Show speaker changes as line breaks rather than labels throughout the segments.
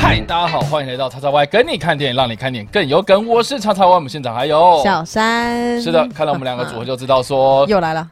嗨，大家好，欢迎来到叉叉 Y 跟你看电影，让你看电影更有梗。我是叉叉 Y，我们现场还有
小山
哦是的，看到我们两个组合就知道说
又来了，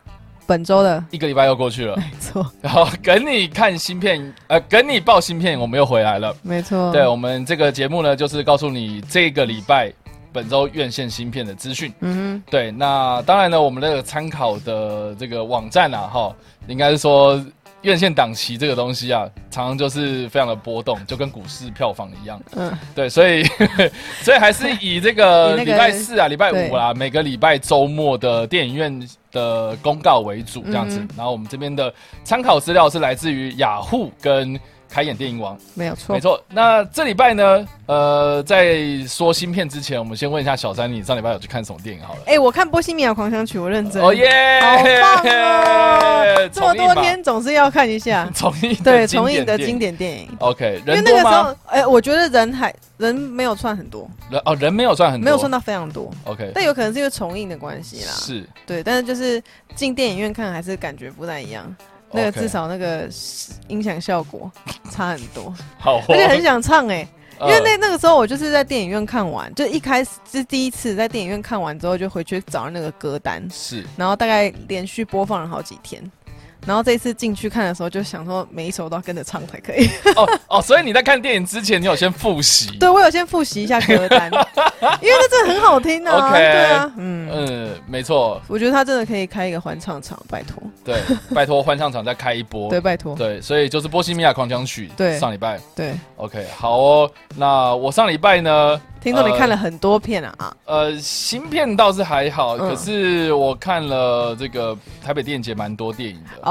本周的
一个礼拜又过去了。
没错，
然后跟你看芯片，呃，跟你报芯片，我们又回来了。
没错，
对我们这个节目呢，就是告诉你这个礼拜本周院线芯片的资讯。
嗯
对，那当然呢，我们那个参考的这个网站啊，哈，应该是说院线档期这个东西啊，常常就是非常的波动，就跟股市票房一样。
哼嗯，
对，所以 所以还是以这个
以那
礼
个
拜四啊、礼拜五啦，每个礼拜周末的电影院的公告为主这样子。
嗯
然后我们这边的参考资料是来自于雅虎跟开眼电影网，
没有错，
没错。那这礼拜呢，呃，在说芯片之前，我们先问一下小三，你上礼拜有去看什么电影好了？
哎、我看《波西米亚狂想曲》，我认真，
哦耶！
好棒哦！这么
重映吧，
多，天总是要看一下
重映的
对，重映的
电影
经。典电影。
OK，
因为
人
那个
多
时候
吗？，
哎、我觉得人还人没有算很多，
人哦，人没有算很多，
没有算到非常多，
OK，
但有可能是因为重映的关系啦。
是
对，但是就是进电影院看还是感觉不太一样，那个
OK，
至少那个音响效果差很多，
好 哦，
而且很想唱哎、因为
呃
那那个时候我就是在电影院看完，就一开始是第一次在电影院看完之后，就回去找那个歌单，
是
然后大概连续播放了好几天。然后这一次进去看的时候，就想说每一首都要跟着唱才 可以。
哦哦，所以你在看电影之前，你有先复习。
对我有先复习一下歌 单，因为那真的很好听啊。
OK
对啊，嗯，
嗯，没错，
我觉得他真的可以开一个欢唱场，拜托，
对，拜托欢唱场再开一波。
对，拜托，
对，所以就是《波西米亚狂想曲》。
对
上礼拜
对，
，OK，好哦。那我上礼拜呢，
听说你
呃
看了很多片啊啊，
呃，芯片倒是还好，
嗯
可是我看了这个台北电影节蛮多电影的，
哦，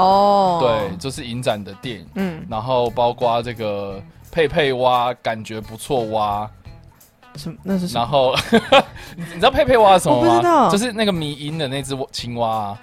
呃对，，就是影展的电影，
嗯，
然后包括这个佩佩蛙，感觉不错蛙，
什么那是什
然
么？
后 你知道佩佩蛙是什么吗？
我不知道
就是那个迷音的那只青蛙啊、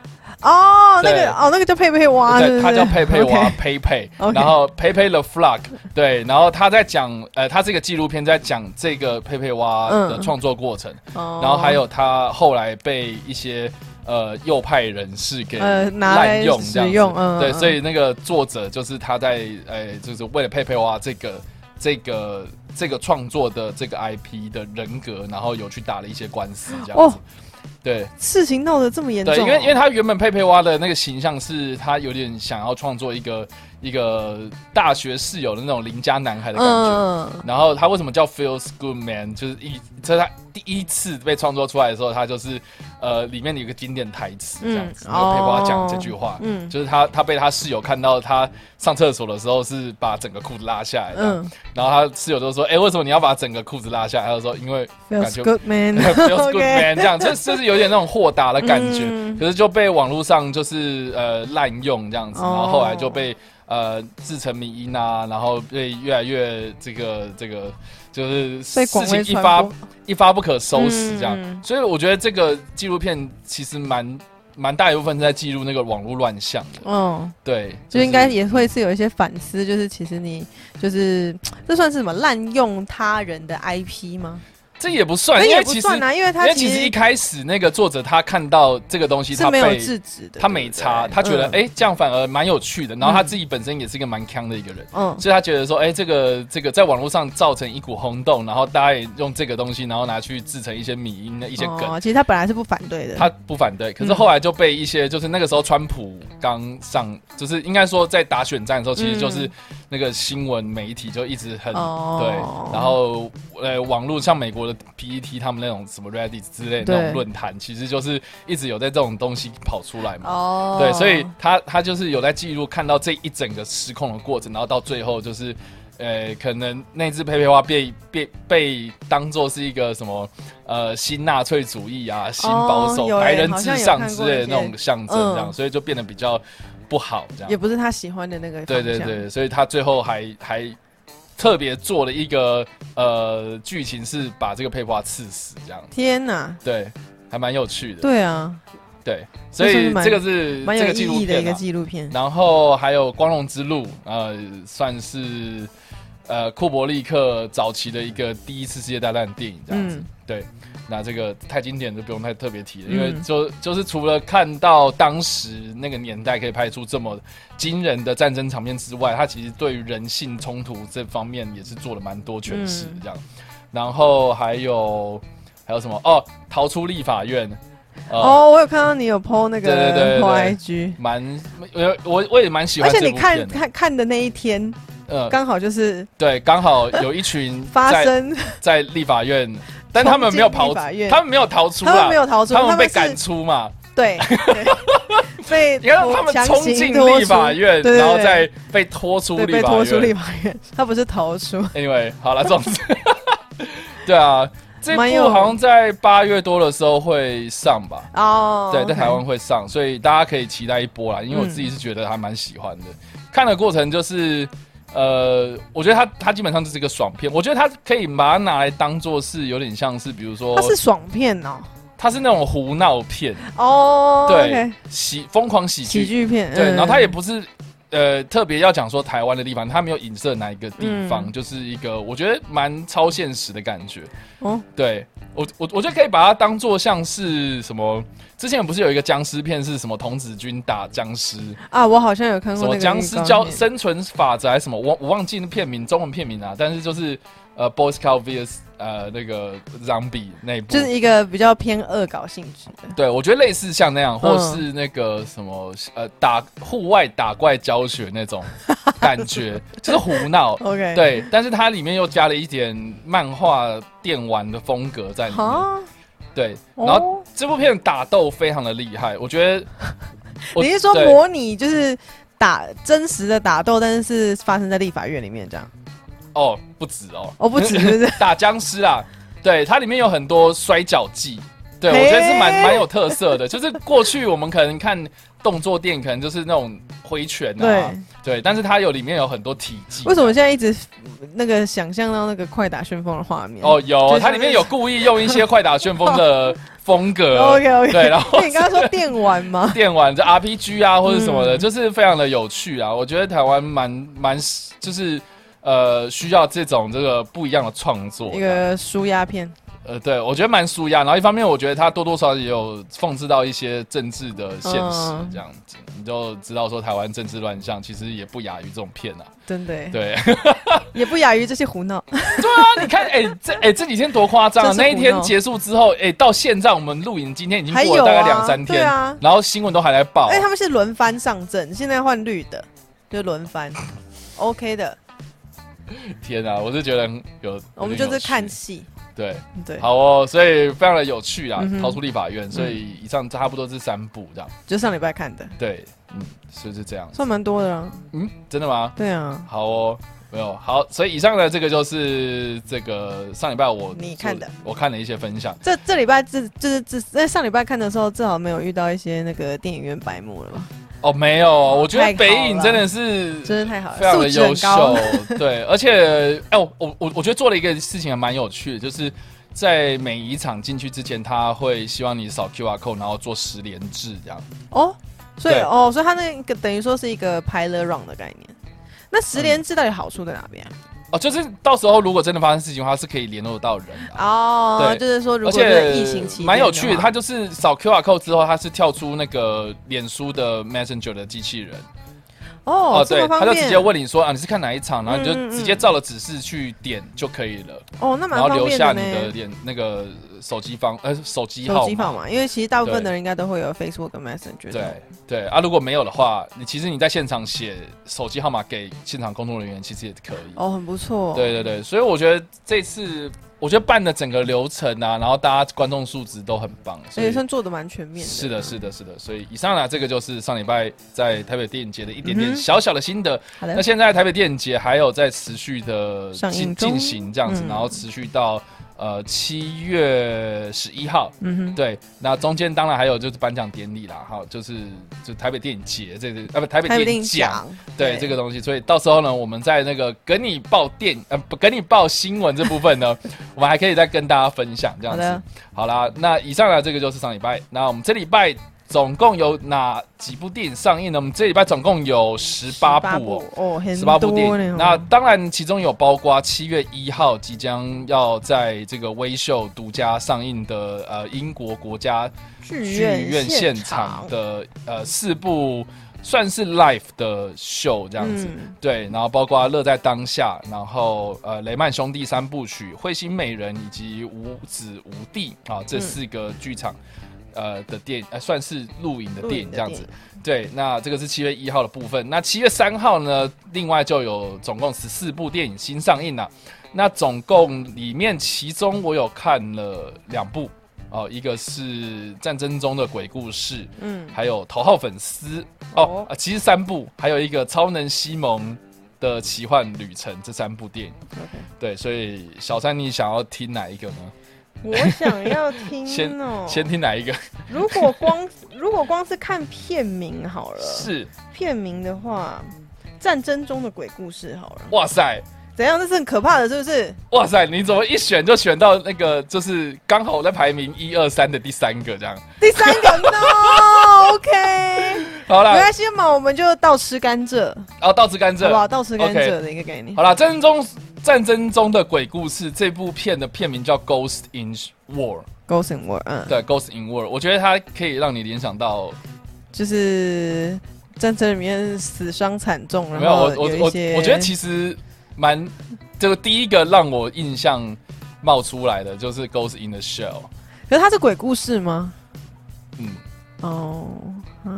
哦，那
对
个哦，那个叫佩佩蛙，是不
对，
是
他叫佩佩蛙
OK，
佩佩，
OK
然后佩佩 the flock，对，然后他在讲，呃，他这个纪录片在讲这个佩佩蛙的
嗯
创作过程，
哦
然后还有他后来被一些呃右派人士给
呃拿
滥
来
用这
使
样
用
子，，
嗯，
对，所
以
以那个作者就是他在，呃，就是为了佩佩蛙这个这个这个创作的这个 IP 的人格，然后有去打了一些官司这样子
哦，
对。
事情闹得这么严重
对，
哦，
因为因为他原本佩佩蛙的那个形象是他有点想要创作一个一个大学室友的那种邻家男孩的感觉。
嗯，
然后他为什么叫 Feels Good Man？就是一，这是他第一次被创作出来的时候，他就是呃，里面有一个经典台词这样子，
嗯
然后佩佩蛙
哦
讲这句话，
嗯
就是他他被他室友看到他上厕所的时候是把整个裤子拉下来的，
嗯
然后他室友就说：“哎、为什么你要把整个裤子拉下来？”他就说：“因 为啊感觉
嗯，feels good man，
feels good
OK
man 这样，这就是有点那种豁达的感觉，
嗯
可是就被网络上就是呃滥用这样子，然
哦
后后来就被、呃自成迷因啊，然后被越来越这个这个就是
被
事
广为
情一
传
发
播，
一发不可收拾这样，
嗯
所以我觉得这个纪录片其实蛮蛮大一部分是在记录那个网络乱象的，
嗯，
对，
就应该也会是有一些反思，就是其实你就是这算是什么滥用他人的 IP 吗？
这也不
那
算，因
也
为
不
其实
算啊，因为
因
他
为其实一开始那个作者他看到这个东西，
是
他
没有
被
制止的，
他没差，
对不对
他觉得哎、，
嗯
诶这样反而蛮有趣的。然后他
嗯
自己本身也是一个蛮强的一个人，
嗯，
所以他觉得说，哎、这个这个在网络上造成一股轰动，然后大家也用这个东西，然后拿去制成一些米音的一些梗。
哦，其实他本来是不反对的，
他不反对，可是
嗯
后来就被一些，就是那个时候川普刚上，就是应该说在打选战的时候，其实就是那个新闻媒体就一直很、
嗯哦
对，然后呃网络像美国的 PET 他们那种什么 Reddit 之类的那种
对
论坛，其实就是一直有在这种东西跑出来嘛。
哦，
对，所以他他就是有在记录看到这一整个失控的过程，然后到最后就是，呃，可能那只佩佩蛙被被被当做是一个什么呃新纳粹主义啊、新保守、
有欸
白人至上之类的那
好像有看过
种象征，这样，
嗯
所以就变得比较不好这
也
样。
不是他喜欢的那个，
对对，对，所以他最后还还特别做了一个呃剧情是把这个佩佩蛙刺死这样，
天哪，
对，还蛮有趣的。
对啊，
对，所
这算
以
是蛮
这个是
蛮
这
有
个纪录
意义的一
片
个
啊。
纪录片，
然后还有《光荣之路》，呃，算是呃库伯利克早期的一个第一次世界大战的电影这样子。
嗯
对，那这个太经典就不用太特别提了，
嗯
因为就就是除了看到当时那个年代可以拍出这么惊人的战争场面之外，它其实对于人性冲突这方面也是做了蛮多诠释
嗯
这样。然后还有还有什么？哦，逃出立法院。呃，
哦，我有看到你有 PO 那个
对对对对
PO IG，
蛮我我我也蛮喜
而
欢
且
这
你
部
看
片的。
看看的那一天，
呃，
刚好就是
对，刚好有一 群
发
在
生，
在立法院，但他们没有
冲
跑，
进立法院
他们没有逃出
他们
啦
没，有逃出，
他们被赶
是
出嘛。
对，对被
你看他们
强
冲
行
进
拖
立
出
法院，
对对对
然后再被拖出
对
立
被
法
拖出立
院。
法院， 他不是逃出，
Anyway，好了，总之， 对啊，这
蛮有
部好像在八月多的时候会上吧。
哦，
对，在
OK
台湾会上，所以大家可以期待一波啦。因为我
嗯
自己是觉得还蛮喜欢的，看的过程就是，呃，我觉得它它基本上就是一个爽片，我觉得它可以把它拿来当做是有点像是，比如说
它是爽片哦，
它是那种胡闹片，
哦，
对
OK，，
喜疯狂喜
喜
剧，
剧片，
对，
嗯
然后它也不是。呃，特别要讲说台湾的地方，它没有影射哪一个地方，
嗯
就是一个我觉得蛮超现实的感觉。
哦，
对我，我我觉得可以把它当做像是什么？之前不是有一个僵尸片是什么童子军打僵尸，
啊，我好像有看
什
过那
么
个
僵
预
尸
告
教
片
生存法则还是什么？我我忘记那片名，中文片名啊。但是就是呃，Boy Scout vs 呃那个 Zombie 那一部，
就是一个比较偏恶搞性质的，
对我觉得类似像那样，或
嗯
是那个什么呃打户外打怪教学那 种感觉，就是胡闹。
OK，，
对，但是它里面又加了一点漫画电玩的风格在里面。
哈，
对，然后
哦，
这部片打斗非常的厉害，我觉得我
你是说
对
模拟就是打真实的打斗，但是是发生在立法院里面这样？
哦不止哦，
哦，不止，是不是？
打僵尸啦，对，它里面有很多摔跤技，对
嘿
我觉得是蛮蛮有特色的。就是过去我们可能看动作电影，可能就是那种挥拳啊，
对，
对，但是它有里面有很多体技。
为什么现在一直那个想象到那个快打旋风的画面？
哦，有
就
它
像
里面有故意用一些快打旋风的风 格，
，OK OK，
对，然后
那哦你刚刚说电玩吗？
电玩这 RPG 啊或者什么的，
嗯
就是非常的有趣啊。我觉得台湾蛮蛮就是呃需要这种这个不一样的创作
一。个舒压片，
呃，对我觉得蛮舒压。然后一方面，我觉得它多多少少也有讽刺到一些政治的现实
嗯，
这样子、你就知道说台湾政治乱象其实也不亚于这种片 啊。
真的耶，
对
也不亚于这些胡闹。
啊，你看，哎、这哎、这几天多夸张啊！
真是
那一
胡
天
闹
结束之后，哎、到现在我们录影今天已经
还
过
有
了大概
啊
两三天，
对啊
然后新闻都还来报。
哎，他们是轮番上阵，现在换绿的，就轮番，OK 的，
天啊，我是觉得很有，
我们
有点
就是
有趣
看戏，
对。
对，
好哦，所以非常的有趣啦，
嗯哼嗯
逃出立法院，所以以上差不多是三部这样，
就上礼拜看的，
对，嗯，所以是这样，
算蛮多的啦。
嗯，真的吗？
对啊，
好哦，没有好，所以以上的这个就是这个上礼拜我
你看的，
我看了一些分享，
这这礼拜这就是这在上礼拜看的时候，正好没有遇到一些那个电影院白幕了吧？
哦，没有，我觉
太
得
好
北影
了
真的是
真是太好
非常
了，素
的
质
优
很
秀
高。，
对， 而且哎、我我我我觉得做了一个事情还蛮有趣的，就是在每一场进去之前，他会希望你扫 QR code，然后做十连制这样。
哦，所以
对
哦，所以它那个等于说是一个 pilot run 的概念。那十连制到底好处在哪边啊？
哦，就是到时候如果真的发生事情的话，是可以联络到人的、
哦，
嗯对
就是说如
而
果是
且
疫情期间
蛮有趣的，
话
它就是扫 QR code 之后，它是跳出那个脸书的 Messenger 的机器人
哦，这
对，
么
他
方
就直接
便
问你说啊，你是看哪一场，然后你就
嗯嗯嗯
直接照了指示去点就可以了，
哦，那蛮
然后
方
留
便
下你的
呢。
脸那个手机方呃手机
手
号
机号
码。
码，因为其实大部分的人应该都会有 Facebook 跟 Messenger。
对，对啊，如果没有的话，你其实你在现场写手机号码给现场工作人员，其实也可以。
哦，很不错。
对对对，所以我觉得这次，我觉得办的整个流程啊，然后大家观众素质都很棒，所
所以
以
算做的蛮全面的。
是的，是的，是的。所以以上呢、这个就是上礼拜在台北电影节的一点
嗯
点
哼哎
小小的心得。
好
那
的，
现在台北电影节还有在持续的
上映
进
中
进行这样子，
嗯
然后持续到呃七月十一号。
嗯哼，
对，那中间当然还有就是颁奖典礼啦，哈，就是就台北电影节这个啊不台北
还有
电
电
影
影
奖，
奖，
对这个东西，所以到时候呢，我们在那个跟你报电呃不跟你报新闻这部分呢， 我们还可以再跟大家分享这
好
样
的
子。，好啦，那以上呢这个就是上礼拜，那我们这礼拜总共有哪几部电影上映呢？我们这礼拜总共有十八部哦。
哦，很
十八部
多
电
呢
影，
哦
那当然其中有包括七月一号即将要在这个微秀独家上映的呃英国国家
剧
剧院现场
场
的呃四部算是 live 的秀这样子，
嗯
对，然后包括《乐在当下》，然后呃雷曼兄弟三部曲、《彗星美人》以及《无子无地》啊这
嗯
四个剧场。呃的电呃算是录影的
录
电
影
影
的
这样
电
子
影，
对，那这个是七月一号的部分。那七月三号呢，另外就有总共十四部电影新上映了、啊那总共里面，其中我有看了两部哦、一个是《战争中的鬼故事》，
嗯，
还有《头号粉丝》哦
哦，
啊其实三部，还有一个《超能西蒙的奇幻旅程》这三部电影。
OK
对，所以小三，你想要听哪一个呢？
我想要听哦。
先听哪一个？
如果光 如果光是看片名好了，
是，
片名的话，《战争中的鬼故事》好了，
哇塞，
怎样？这是很可怕的，是不是？
哇塞，你怎么一选就选到那个，就是刚好我在排名一二三的第三个这样？
第三个 ，no，OK，、
好
没
啦，
关系嘛，我们就倒吃甘蔗，
然后倒吃甘
好不
蔗。
好？倒吃甘蔗的一个概念。
好啦，战争中战争中的鬼故事这部片的片名叫《Ghost in War》，
Ghost and War，嗯，
对，《Ghost in War》，我觉得它可以让你联想到
就是战争里面死伤惨重，然
没有，
后
我我
有
我
一些，
我觉得其实蛮，这个第一个让我印象冒出来的就是《Ghost in the Shell》，
可是它是鬼故事吗？
嗯，
哦， 啊，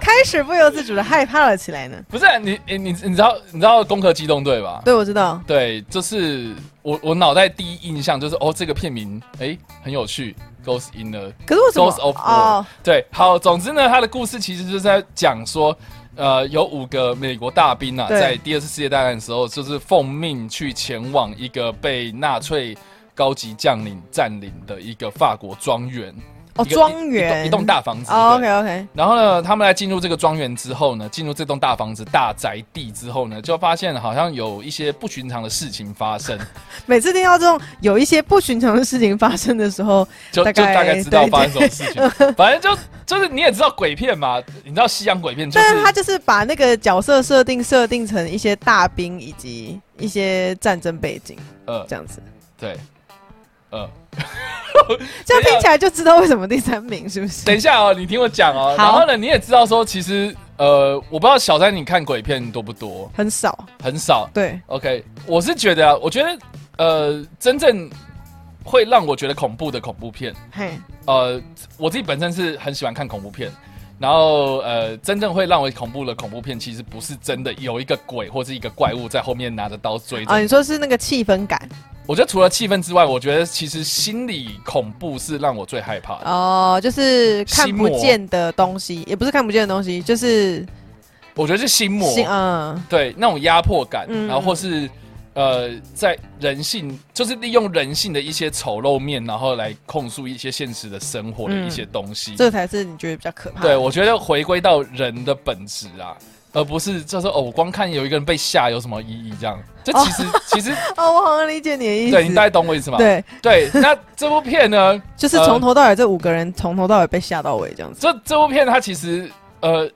开始不由自主的害怕了起来呢。
不是、啊、你你你你知道你知道《攻壳机动队》吧？
对，我知道，
对，就是我我脑袋第一印象就是哦，这个片名哎、很有趣，《Ghost in the
可是为什么
Ghost of War
哦，
对，好，总之呢，他的故事其实就是在讲说，呃，有五个美国大兵啊，
对
在第二次世界大战的时候，就是奉命去前往一个被纳粹高级将领占领的一个法国庄园，
哦，
一个
庄
一一栋
园
一栋大房子。
哦
对
，OK OK，
然后呢，他们来进入这个庄园之后呢，进入这栋大房子大宅地之后呢，就发现好像有一些不寻常的事情发 生，
每次听到这种有一些不寻常的事情发生的时候，
就
大
就
概
大概知道
对
发生什么事情。 反正就就是你也知道鬼片嘛，你知道西洋鬼片就
但是
是
他就是把那个角色设定设定成一些大兵以及一些战争背景
呃
这样子，
对，呃，
这
啊
样听起来就知道为什么第三名是不是？
等一下哦，你听我讲哦。
好
然后呢，你也知道说，其实呃，我不知道小三你看鬼片多不多，
很少，
很少。
对，
OK，我是觉得啊，我觉得呃，真正会让我觉得恐怖的恐怖片，
嘿，
呃，我自己本身是很喜欢看恐怖片。然后，呃，真正会让我恐怖的恐怖片，其实不是真的有一个鬼或是一个怪物在后面拿着刀追着
啊，
你。
你说是那个气氛感
我觉得除了气氛之外，我觉得其实心理恐怖是让我最害怕的。
哦，就是看
心
不
魔
见的东西，也不是看不见的东西，就是
我觉得是心魔，
心嗯，
对那种压迫感，
嗯
然后或是呃，在人性，就是利用人性的一些丑陋面，然后来控诉一些现实的生活的一
嗯
些东西。
这才是你觉得比较可怕的。
对我觉得回归到人的本质啊，而不是就是哦，我光看有一个人被吓有什么意义这样。这其实、其 实
哦，我好像理解你的意思。
对你大概懂我意思吗？
对
对，那这部片呢，
就是
呃
从头到尾这五个人从头到尾被吓到尾这样子。
这这部片它其实呃，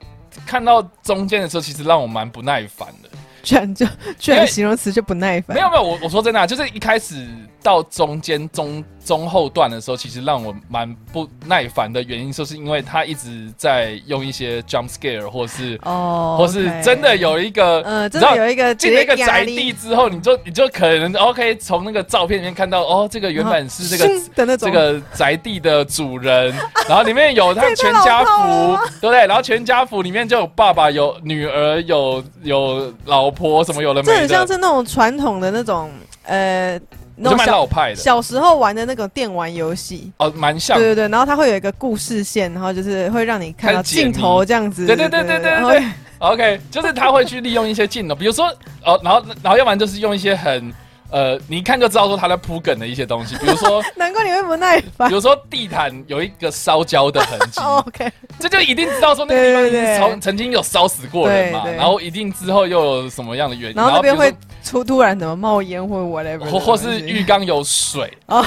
看到中间的时候，其实让我蛮不耐烦的。
居然就居
因
然
为
形容词就不耐烦。
没有没有，我我说真的、啊，就是一开始到中间中中后段的时候，其实让我蛮不耐烦的原因，就是因为他一直在用一些 jump scare，或是、
哦，
或是
OK
真的有一个。
呃，真
你
的
知道
有一个
进了一个
直接压
宅
力
地之后，你就你就可能 OK 从那个照片里面看到哦，这个原本是这
然
个
后嗯咻的那
这
种，
个宅地的主 人，然后里面有他全家
这也太
福，
老
对不对？然后全家福里面就有爸爸、有女儿、有有老婆什么有的
这
没
很像
的，
是那种传统的那种呃那
就
种
蛮
小
老派的
小时候玩的那种电玩游戏。
哦，蛮像
对
的
对对，然后它会有一个故事线，然后就是会让你看到
看解谜
镜头这样子。
对对对对对
然后
对 OK，就是他会去利用一些镜头，比如说哦，然后然后要不然就是用一些很呃，你一看就知道说他在铺梗的一些东西，比如 说
难怪你会不耐烦
比。如说地毯有一个烧焦的痕迹，
哦 OK，
这就一定知道说那个地方
对
已
对
经
对
烧曾经有烧死过人嘛，
对对
然后一定之后又有什么样的原因，
然后那边
比如
会
说哦
出突然怎么冒烟或 whatever，的
或或
东
是
西
浴缸有水
哦，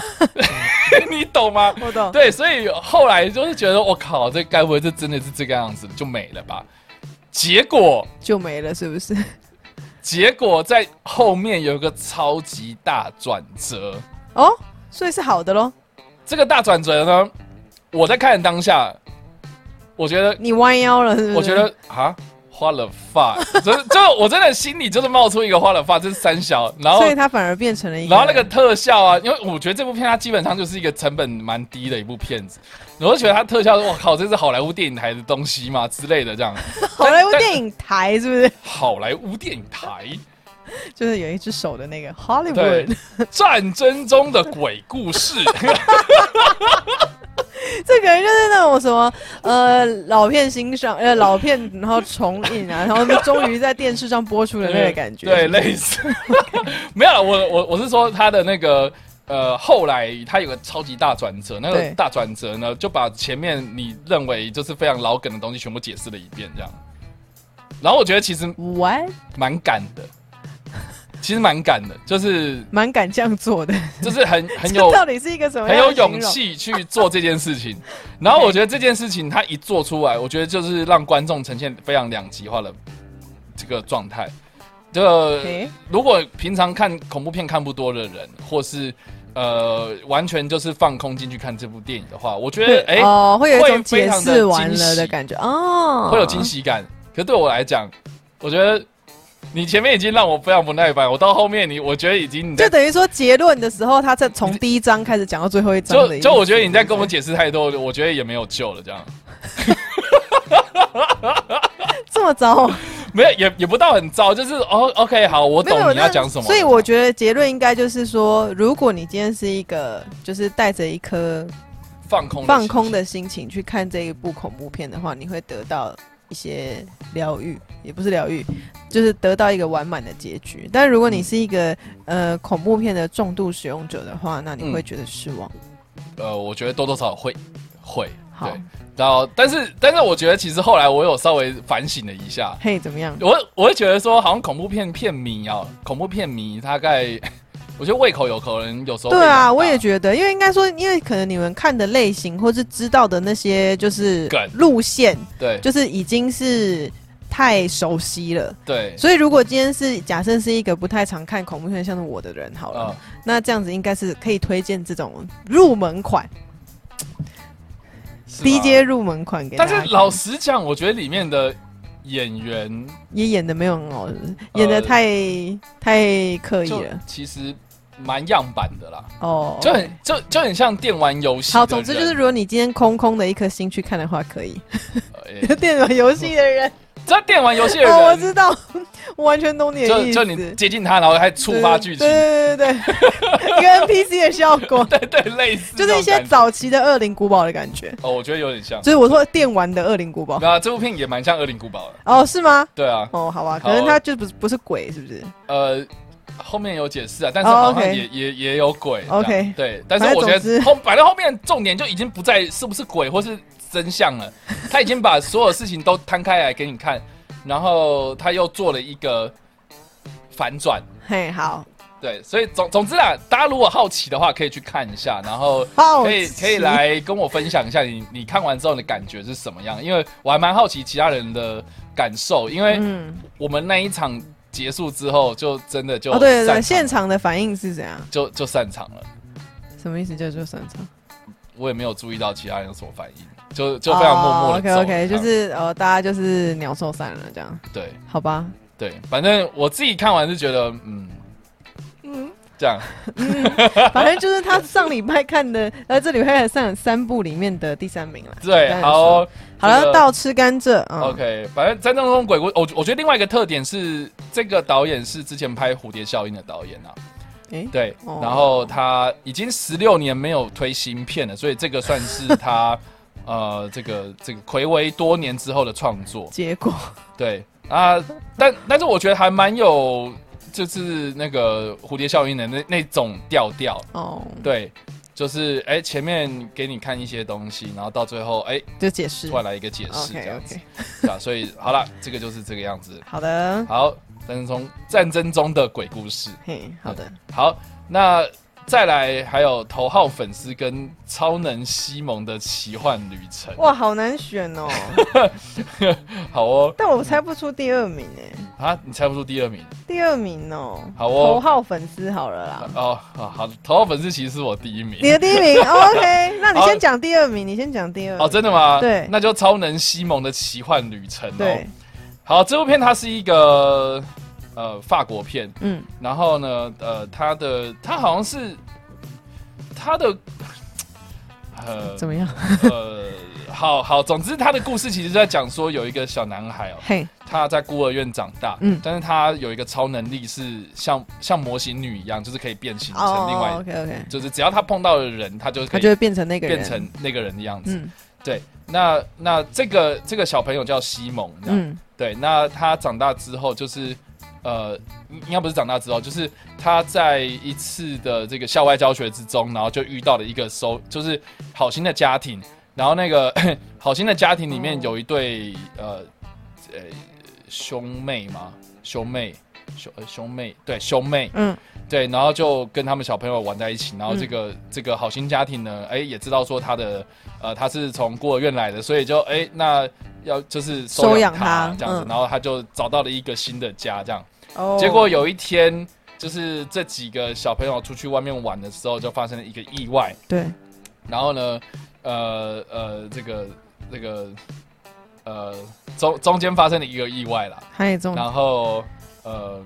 你懂吗？
我懂。
对，所以后来就是觉得我靠，这该不会这真的是这个样子就没了吧？结果
就没了，是不是？
结果在后面有一个超级大转折，
哦，所以是好的喽。
这个大转折呢，我在看的当下，我觉得
你弯腰了，是不是？
我觉得啊，花了发， 就是就是我真的心里就是冒出一个花了发，这是三小，然后
所以它反而变成了一个。
然后那个特效啊，因为我觉得这部片它基本上就是一个成本蛮低的一部片子，我就觉得它特效，我靠，这是好莱坞电影台的东西嘛之类的这样。
好莱坞
但
电影台是不 是？
好莱坞电影 台，
就是有一只手的那个
对
Hollywood，，
战争中的鬼故事，
这个人就是那种什么呃老片欣赏呃老片，然后重映啊，然后终于在电视上播出的那个感觉。
对，
是不是
类似。 没有啦，我我我是说它的那个。呃，后来它有个超级大转折，那个
对
大转折呢，就把前面你认为就是非常老梗的东西全部解释了一遍，这样。然后我觉得其实
What？
蛮赶的，其实蛮赶的，就是
蛮敢这样做的，
就是很很
这
有
到底是一个什么
很
样的
有勇
形容？
气去做这件事情。然后我觉得这件事情他一做出来，我觉得就是让观众呈现非常两极化的这个状态。就
诶
如果平常看恐怖片看不多的人，或是呃完全就是放空进去看这部电影的话，我觉得哎、
哦，会有一
会
种
非
解
常地
释完了
惊
的
喜
感觉哦，
会有惊喜感。可对我来讲，我觉得你前面已经让我非常不耐烦，我到后面你我觉得已经你在
就等于说结论的时候，他在从第一章开始讲到最后一章的
就
意思
就我觉得你在跟我解释太多，我觉得也没有救了，这样
这么糟，
没有也也不到很糟，就是哦，OK，好，我
没有
懂你要
那
讲什么。
所以我觉得结论应该就是说，如果你今天是一个就是带着一颗
放空
放空，的心情去看这一部恐怖片的话，你会得到一些疗愈，也不是疗愈，就是得到一个完满的结局。但如果你是一个、
嗯
呃恐怖片的重度使用者的话，那你会觉得失望。
呃，我觉得多多少少会会
好
对，然后但是但是我觉得其实后来我有稍微反省了一下，
嘿，怎么样？
我我会觉得说好像恐怖片片迷啊，恐怖片迷大概 我觉得胃口有可能有时候会
对
养
啊，
大
我也觉得，因为应该说，因为可能你们看的类型或是知道的那些就是
梗
路线，
对
就是已经是太熟悉了。
对
所以如果今天是假设是一个不太常看恐怖片像是我的人好了，
嗯
那这样子应该是可以推荐这种入门款、
是
低
吗
阶啊入门款给大
但
家看。
是老实讲，我觉得里
啊
面的演员
也演的没有很好，是不是
呃
演的太、太刻意
就
了
其实蛮样板的啦，
哦。
呃就很就就很像电玩游戏的人。
好，总之就是，如果你今天空空的一颗心去看的话，可以。
呃
电脑游戏的人，
这 电玩游戏的
哦，我
人，
知道，我完全懂你的
就
意思。
就你接近他，然后还触发剧情，
对对对对对，一 个 NPC 的效 果，
对对，类似
就
这
是
种
一些
感觉
早期的《恶灵古堡》的感觉。
哦，我觉得有点像。
所以我说电玩的《恶灵古堡》
那这部片也蛮像《恶灵古堡》的，
哦，是吗？
对啊，
哦，好吧，
好
可能他就不是不是鬼，是不是？
呃，后面有解释啊，但是
哦
好
，OK
像也也也有鬼这样
OK
对，但是
反正
我觉
总之
得后反正后面重点就已经不在是不是鬼或是真相 了，他已经把所有事情都摊开来给你看，然后他又做了一个反转。
嘿，好，
对，所以总总之啦，大家如果好奇的话，可以去看一下，然后
好
可以
奇
可以来跟我分享一下你你看完之后的感觉是什么样，因为我还蛮好奇其他人的感受，因为
嗯，
我们那一场结束之后，就真的就
哦，
散场
对对对，
了
现场的反应是怎样？
就就散场了，
什么意思叫做散场？
我也没有注意到其他人有什么反应，就就非常默默的
OK
走了、嗯这
OK，哦就
样
是哦，大家就是鸟兽散了这样，
对
好吧？
对，反正我自己看完是觉得嗯嗯这样
反正就是他上礼拜看的，呃，这礼拜上有三部里面的第三名了。
对
当然
好
说
哦、
好
这
了，
个
到吃甘蔗啊。嗯
OK，反正《战争中鬼故》，我我觉得另外一个特点是，这个导演是之前拍《蝴蝶效应》的导演啊，
诶
对，
哦
然后他已经十六年没有推新片了，所以这个算是他 呃这个这个暌违多年之后的创作，
结果
对啊，但但是我觉得还蛮有就是那个《蝴蝶效应》的那那种调调，
哦，
对，就是哎、前面给你看一些东西，然后到最后哎、
就解释
突。然来一个解释这
OK
样子
OK，，
对啊，所以好了，这个就是这个样子。
好的，
好，战争中战争中的鬼故事。嗯
嘿，好的，
好，那再来还有头号粉丝跟超能西蒙的奇幻旅程。
哇，好难选 哦，
好哦，
但我猜不出第二名哎，
啊，你猜不出第二名
第二名哦，
好哦
头号粉丝好了啦，
哦，好好，头号粉丝其实是我第一名。
你的第一 名哦，OK，那你
好
先讲第二名，你先讲第二名，
哦，真的吗？
对
那就超能西蒙的奇幻旅程哦
对。，
好，这部片它是一个呃法国片，
嗯，
然后呢，呃，它的它好像是它的呃
怎么样？
呃，好好，总之他的故事其实在讲说有一个小男孩哦，
嘿，
他在孤儿院长大，嗯
嗯，
但是他有一个超能力是像像模型女一样，就是可以变形成另外，
哦，OK OK，
就是只要他碰到的人，他就可
他就
以
会变成那个人，
变成那个人的样子。
嗯
那那这个这个小朋友叫西蒙，这样、
嗯
对，那他长大之后就是。呃，应应该不是长大之后，就是他在一次的这个校外教学之中，然后就遇到了一个收，就是好心的家庭，然后那个好心的家庭里面
哦
有一对、呃呃兄妹嘛，兄妹兄呃兄妹对兄妹，
嗯，
对，然后就跟他们小朋友玩在一起，然后
嗯
这个、这个好心家庭呢，哎，也知道说他的呃他是从孤儿院来的，所以就哎那要就是
收
养
养他
这样子，
嗯
然后他就找到了一个新的家这样。
哦，
结果有一天，就是这几个小朋友出去外面玩的时候，就发生了一个意外，
对，
然后呢，呃呃这个这个呃中中间发生了一个意外啦，
还有中
然后呃。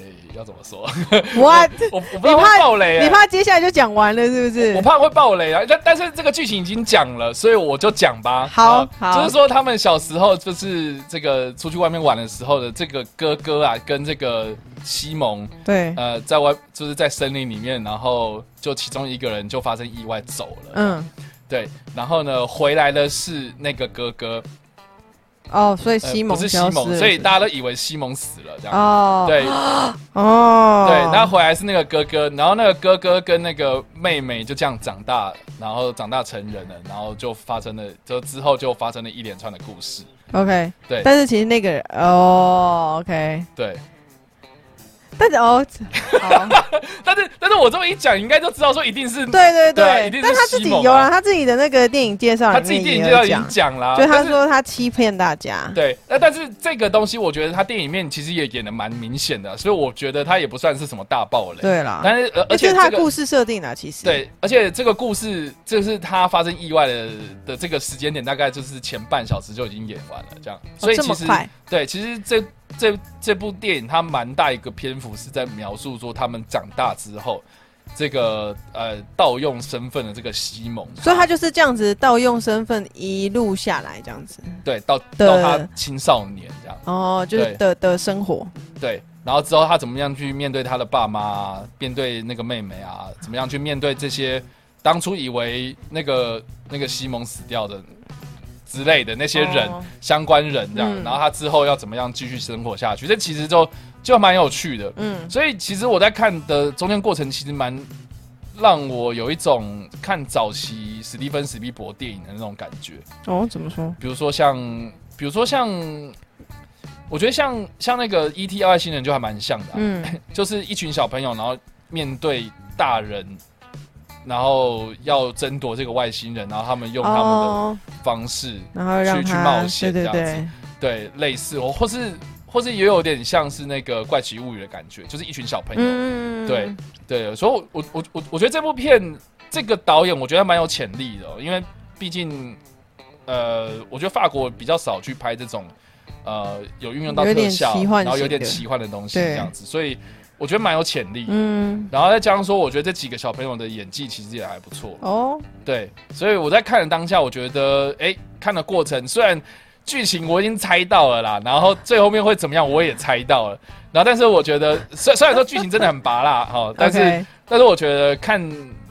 哎，要怎么说？
what？
我我不知道会
你怕
爆雷、哎
你怕接下来就讲完了是不是？
我怕会爆雷啊，但但是这个剧情已经讲了，所以我就讲吧。
好
呃
好
就是说他们小时候就是这个出去外面玩的时候的这个哥哥啊，跟这个西蒙，
对，
呃，在外就是在森林里面，然后就其中一个人就发生意外走了，
嗯，
对，然后呢回来的是那个哥哥，
哦，所以
呃
西蒙
不是西
消失
蒙，
了
所以大家都以为西蒙死了这样，
哦，
对，
哦，
对，然后回来是那个哥哥，然后那个哥哥跟那个妹妹就这样长大，然后长大成人了，然后就发生了，就之后就发生了一连串的故事。
OK，
对
但是其实那个人哦，OK，
对，
但是哦，好，
但是但是我这么一讲，你应该就知道说一定是
对对
对啊一
对
定，是
但他自己
西蒙啊
有啊，他自己的那个电影介绍
他
里
自己
面
电影
啊也
就要
有
已经
讲，
讲啦，
就他
啊但是
说他欺骗大家，
对，那但是这个东西我觉得他电影里面其实也演的蛮明显的，所以我觉得他也不算是什么大爆雷。
对啦，
但是呃而
这
且
是他
这
的
个
故事设定啊，其实，
对，而且这个故事就是他发生意外的的这个时间点，大概就是前半小时就已经演完了这样，
哦，
所以
这
其
么
实
快，
对，其实这这这部电影它蛮大一个篇幅是在描述说他们长大之后，这个呃盗用身份的这个西蒙，
所以他就是这样子盗用身份一路下来这样子，
对到
的
到他青少年这样，
哦，就是
对
的的生活，
对，然后之后他怎么样去面对他的爸妈、啊，面对那个妹妹啊，怎么样去面对这些当初以为那个那个西蒙死掉的。之类的那些人、
哦
相关人这样，
嗯
然后他之后要怎么样继续生活下去？这其实就就蛮有趣的，
嗯，
所以其实我在看的中间过程，其实蛮让我有一种看早期史蒂芬史蒂博电影的那种感觉。
哦，怎么说？
比如说像，比如说像，我觉得像像那个《E.T. E 外星人》就还蛮像的啊、
嗯，
就是一群小朋友，然后面对大人，然后要争夺这个外星人，然后他们 用他们
哦，
的方式，
然后让
去去
他
冒险
对对
这样
对，
对，类似或或是或是也有点像是那个《怪奇物语》的感觉，就是一群小朋友。
嗯
对对，所以我我我我我觉得这部片这个导演，我觉得蛮有潜力的哦、因为毕竟，呃，我觉得法国比较少去拍这种，呃，有运用到
有
特
点
效，
奇幻
然后有
型
点
的
奇幻的东西
对
这样子，所以我觉得蛮有潜力。
嗯，
然后再加上说，我觉得这几个小朋友的演技其实也还不错，
哦，
对，所以我在看的当下，我觉得，哎，看的过程虽然剧情我已经猜到了啦，然后最后面会怎么样我也猜到了，然后但是我觉得，虽虽然说剧情真的很拔辣哈、哦，但是
OK
但是我觉得看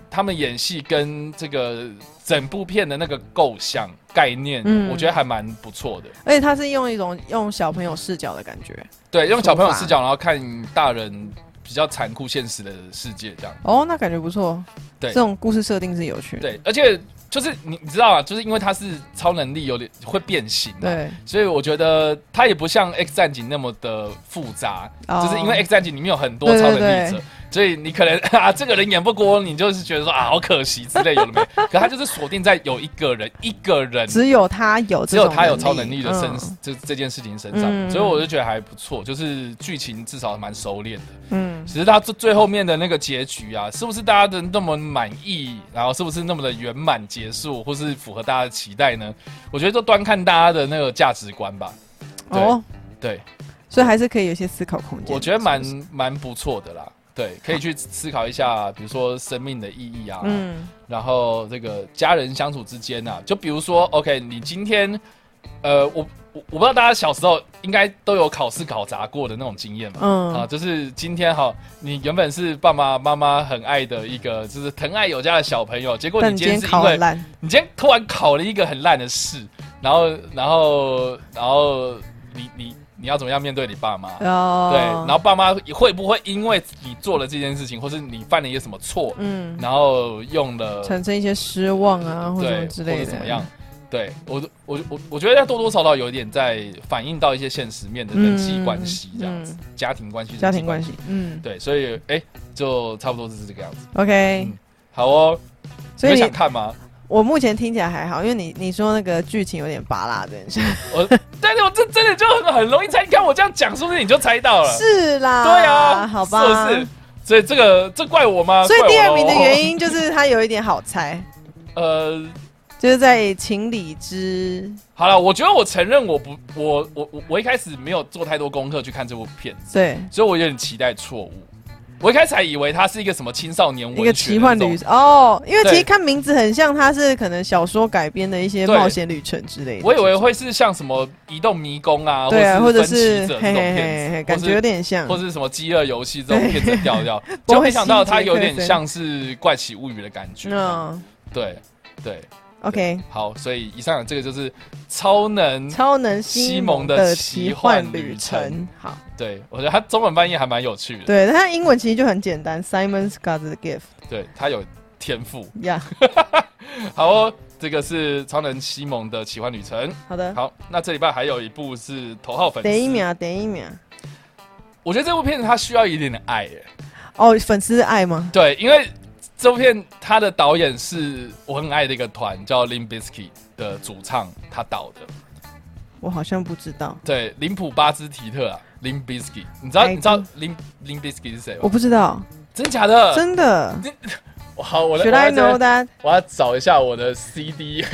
他们演戏跟这个整部片的那个构想概念，
嗯
我觉得还蛮不错的。
而且他是用一种用小朋友视角的感觉。
对，用小朋友
说法
视角，然后看大人比较残酷现实的世界这样。
哦，那感觉不错。
对
这种故事设定是有趣的。
对，而且就是你你知道啊，就是因为他是超能力，有点会变形、啊，
对，
所以我觉得他也不像 X 战警那么的复杂，
哦
就是因为 X 战警里面有很多超能力者，
对对
所以你可能 啊，这个人演不过，你就是觉得说啊，好可惜之类有了没有？ 可他就是锁定在有一个人，一个人
只有他有这
只有
种
他有超能力的身
嗯，
这、这件事情身上，
嗯
所以我就觉得还不错，就是剧情至少蛮熟练的。
嗯，
只是他最最后面的那个结局啊，是不是大家的那么满意，然后是不是那么的圆满结束，或是符合大家的期待呢？我觉得就端看大家的那个价值观吧。对
哦，
对，
所以还是可以有一些思考空间。
我觉得蛮
是不是
蛮不错的啦。对，可以去思考一下，比如说生命的意义啊，
嗯
然后这个家人相处之间啊，就比如说，OK，你今天，呃，我我我不知道大家小时候应该都有考试考砸过的那种经验嘛，啊，
嗯
就是今天哈，你原本是爸爸妈妈很爱的一个，就是疼爱有加的小朋友，结果
但
你
你
今天
今天
是因
考
为
很烂，
你今天突然考了一个很烂的试，然后然后然后你你你要怎么样面对你爸妈？对，
哦
然后爸妈会不会因为你做了这件事情，或是你犯了一个什么错，
嗯，
然后用了
产生一些失望啊，或者什
对
么之类
或
的，
者怎么样？对我我我我觉得要多多少少有一点在反映到一些现实面的人际关系这样子，家庭关系、
嗯家
人际
庭关系，嗯
对，所以哎、就差不多是这个样子。
，OK，
嗯好哦，
所以
你们想
你
看吗？
我目前听起来还好，因为你你说那个剧情有点拔辣 这件事，
我，但是我这真的就很很容易猜。你看我这样讲，是不是你就猜到了？
是啦，
对啊，
好吧，
是不是？所以这个这怪我吗？
所以第二名的
因，
原因就是它有一点好猜，
呃，
就是在情理之，
好了，我觉得我承认我不，我我我我一开始没有做太多功课去看这部片，
对，
所以我有点期待错误。我一开始还以为它是一个什么青少年文
一个
学
奇
的
幻
那种
旅哦，因为
对
其实看名字很像，它是可能小说改编的一些
对
冒险旅程之类的。
我以为会是像什么移动迷宫啊，
对啊，或
者
者
是分歧
是
者这
嘿
种
嘿
片
嘿
子，
嘿，
或
感
是
觉有点像
或，是什么饥饿游戏这种
对
变成调调，
不
就
会
没想到
吸引
它有
杰克
点
森
像是《怪奇物语》的感觉。
嗯
对对
，OK，
好，所以以上的这个就是超能，
超能
西
西
蒙
蒙
的
的
奇
奇
幻
幻
旅
旅
程
程。好，
对我觉得它中文翻译还蛮有趣的，
对，它英文其实就很简单，Simon Scott's Gift
对它有天赋。
呀。
好哦，这个是超能西蒙的奇幻旅程。
好的，
好，那这礼拜还有一部是头号粉丝。
等一，秒，等一秒。
我觉得这部片子它需要一点点爱耶。
哦，粉丝爱吗？
对，因为这部片它的导演是我很爱的一个团叫 Lim Bisky 的主唱，他导的。
我好像不知道，
对，林普巴兹提特啊，Lim Bisky，你知道
哎
你知道林林 Bisky 是谁
我
吗？
不知道，
真假的？
真的。
我好，呃我来
Should
我
I
来这
know that？
我要找一下我的 CD，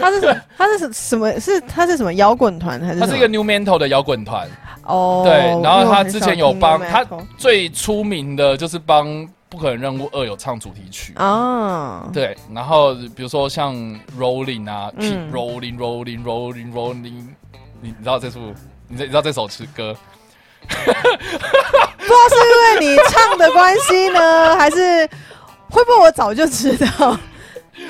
他是什么？他是什什么？是他是什么摇滚团还
它
是什么？
是一个 New Metal 的摇滚团，
哦，
对，然后
因为我
他
很
之
少
前有
听
帮
New
他
Metal
最出名的就是帮《不可能任务二》有唱主题曲。
啊，
对，然后比如说像 Rolling 啊、
嗯
k e e p Rolling Rolling Rolling Rolling，你你知道这首，你知你知道这首词歌？
不知道是因为你唱的关系 呢，还是会不会我早就知道？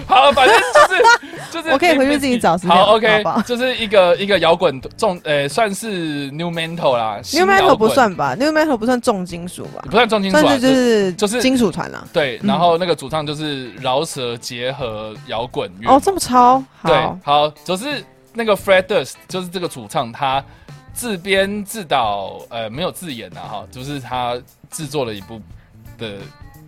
好，反正就是就是，
我可以回去自己找资料
好
好
，OK，
不好
就是一个一个摇滚重，呃，算是 New Metal 啦
New
新摇
Metal
滚
不，算吧？New Metal 不算重金属吧
不？算重金属
算
啊，
是就
就是
是
就是
金属团啦。
对。
嗯
然后那个主唱就是饶舌结合摇滚乐，
哦，这么超
嗯对
好，，
好，就是那个 Fred Durst，就是这个主唱，他自编自导，呃，没有自演的、哈，就是他制作了一部的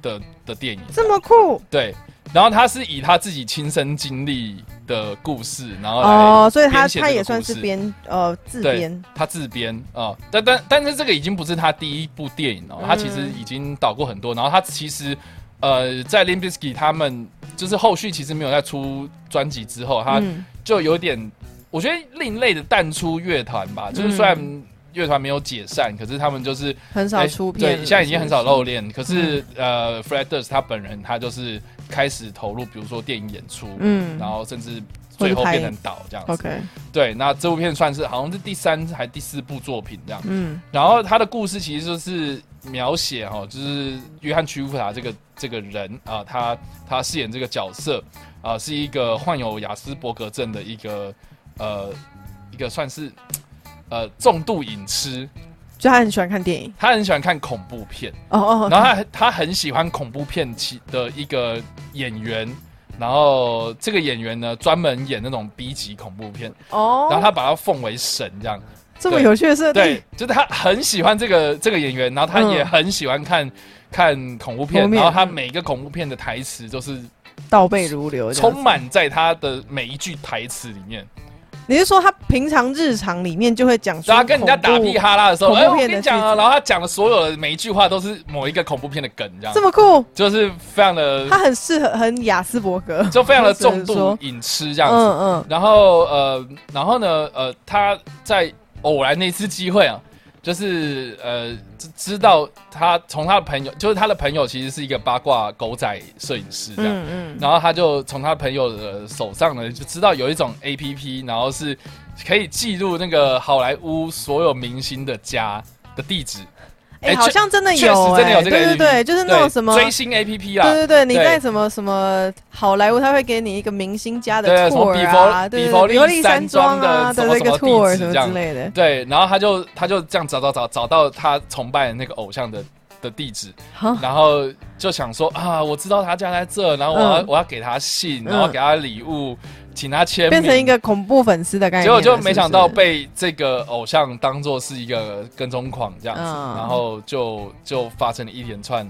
的的电影，
这么酷
对，然后他是以他自己亲身经历的故事，然后来
哦，所以
编
他
写这
他
个
也
故
算是
事，
编呃自
对
编
他自编啊、哦但但但是这个已经不是他第一部电影哦，他其实
嗯
已经导过很多，然后他其实。呃，在 Limbisky 他们就是后续其实没有在出专辑之后，他
嗯
就有点，我觉得另类的淡出乐团
嗯
吧。就是虽然乐团没有解散，可是他们就是
很少
哎
出片
对，
了，
现在已经很少
是不嗯是
露脸。可是、呃，Fred Durst 他本人他就是开始投入，比如说电影演出，
嗯
然后甚至最后
或者拍
变成导这样子。
OK，
对，那这部片算是好像是第三还第四部作品这样。
嗯
然后他的故事其实就是描写哈、就是约翰·屈福塔这个这个人啊、他他饰演这个角色啊、是一个患有雅斯伯格症的一个呃一个算是呃重度影痴，
就他很喜欢看电影
他很喜欢看恐怖片，
哦哦，
然后他他很喜欢恐怖片其的一个演员。然后这个演员呢，专门演那种 B 级恐怖片，
哦，
然后他把他奉为神这样，
这么有趣 的设定
对，，就是他很喜欢这个这个演员，然后他也很喜欢看、看恐怖片，
恐怖
然
片
后他每个恐怖片的台词都是
倒背如流这样子。
充满在他的每一句台词里面。
嗯你是说他平常日常里面就会讲出
所以他啊跟人家打屁
恐
哈拉的时候，
恐
哎、
怖
我
片
跟
的
你讲啊，
句子
然后他讲的所有的每一句话都是某一个恐怖片的梗，这样
怖这么酷？
就是非常的
他很适合很雅斯伯格，
就非常的
我只
重
能
度
说
饮吃这样子。
嗯嗯，
然后呃，然后呢，呃，他在偶然那次机会啊，就是呃，知知道他从他的朋友，就是他的朋友其实是一个八卦狗仔摄影师这样。
嗯嗯，
然后他就从他朋友的手上呢，就知道有一种 A P P，然后是可以记录那个好莱坞所有明星的家的地址，
哎、
哎
好
确
像真的
确
有、
实真的有
哎，
这
对
个 APP
对对，就是那种
对，
什么，
追星 A P P 啦，
对对对，你
对
在什么什么好莱坞，他会给你一个明星家的
对什么
tour 啊，
比佛
对
比
对
佛
对，
利
比佛利
山
庄啊
庄的什么
的一个
什么
tour
地址
什么
这样
之类的，
对，然后他就他就这样找找找找到他崇拜的那个偶像的的地址，
好，
然后就想说啊，我知道他家在这，然后我要、
嗯
我要给他信，然后
嗯
给他礼物，请他签名，
变成一个恐怖粉丝的概念
结
了，
果就没想到
是不是
被这个偶像当做是一个跟踪狂这样子，
嗯
然后就就发生了一连串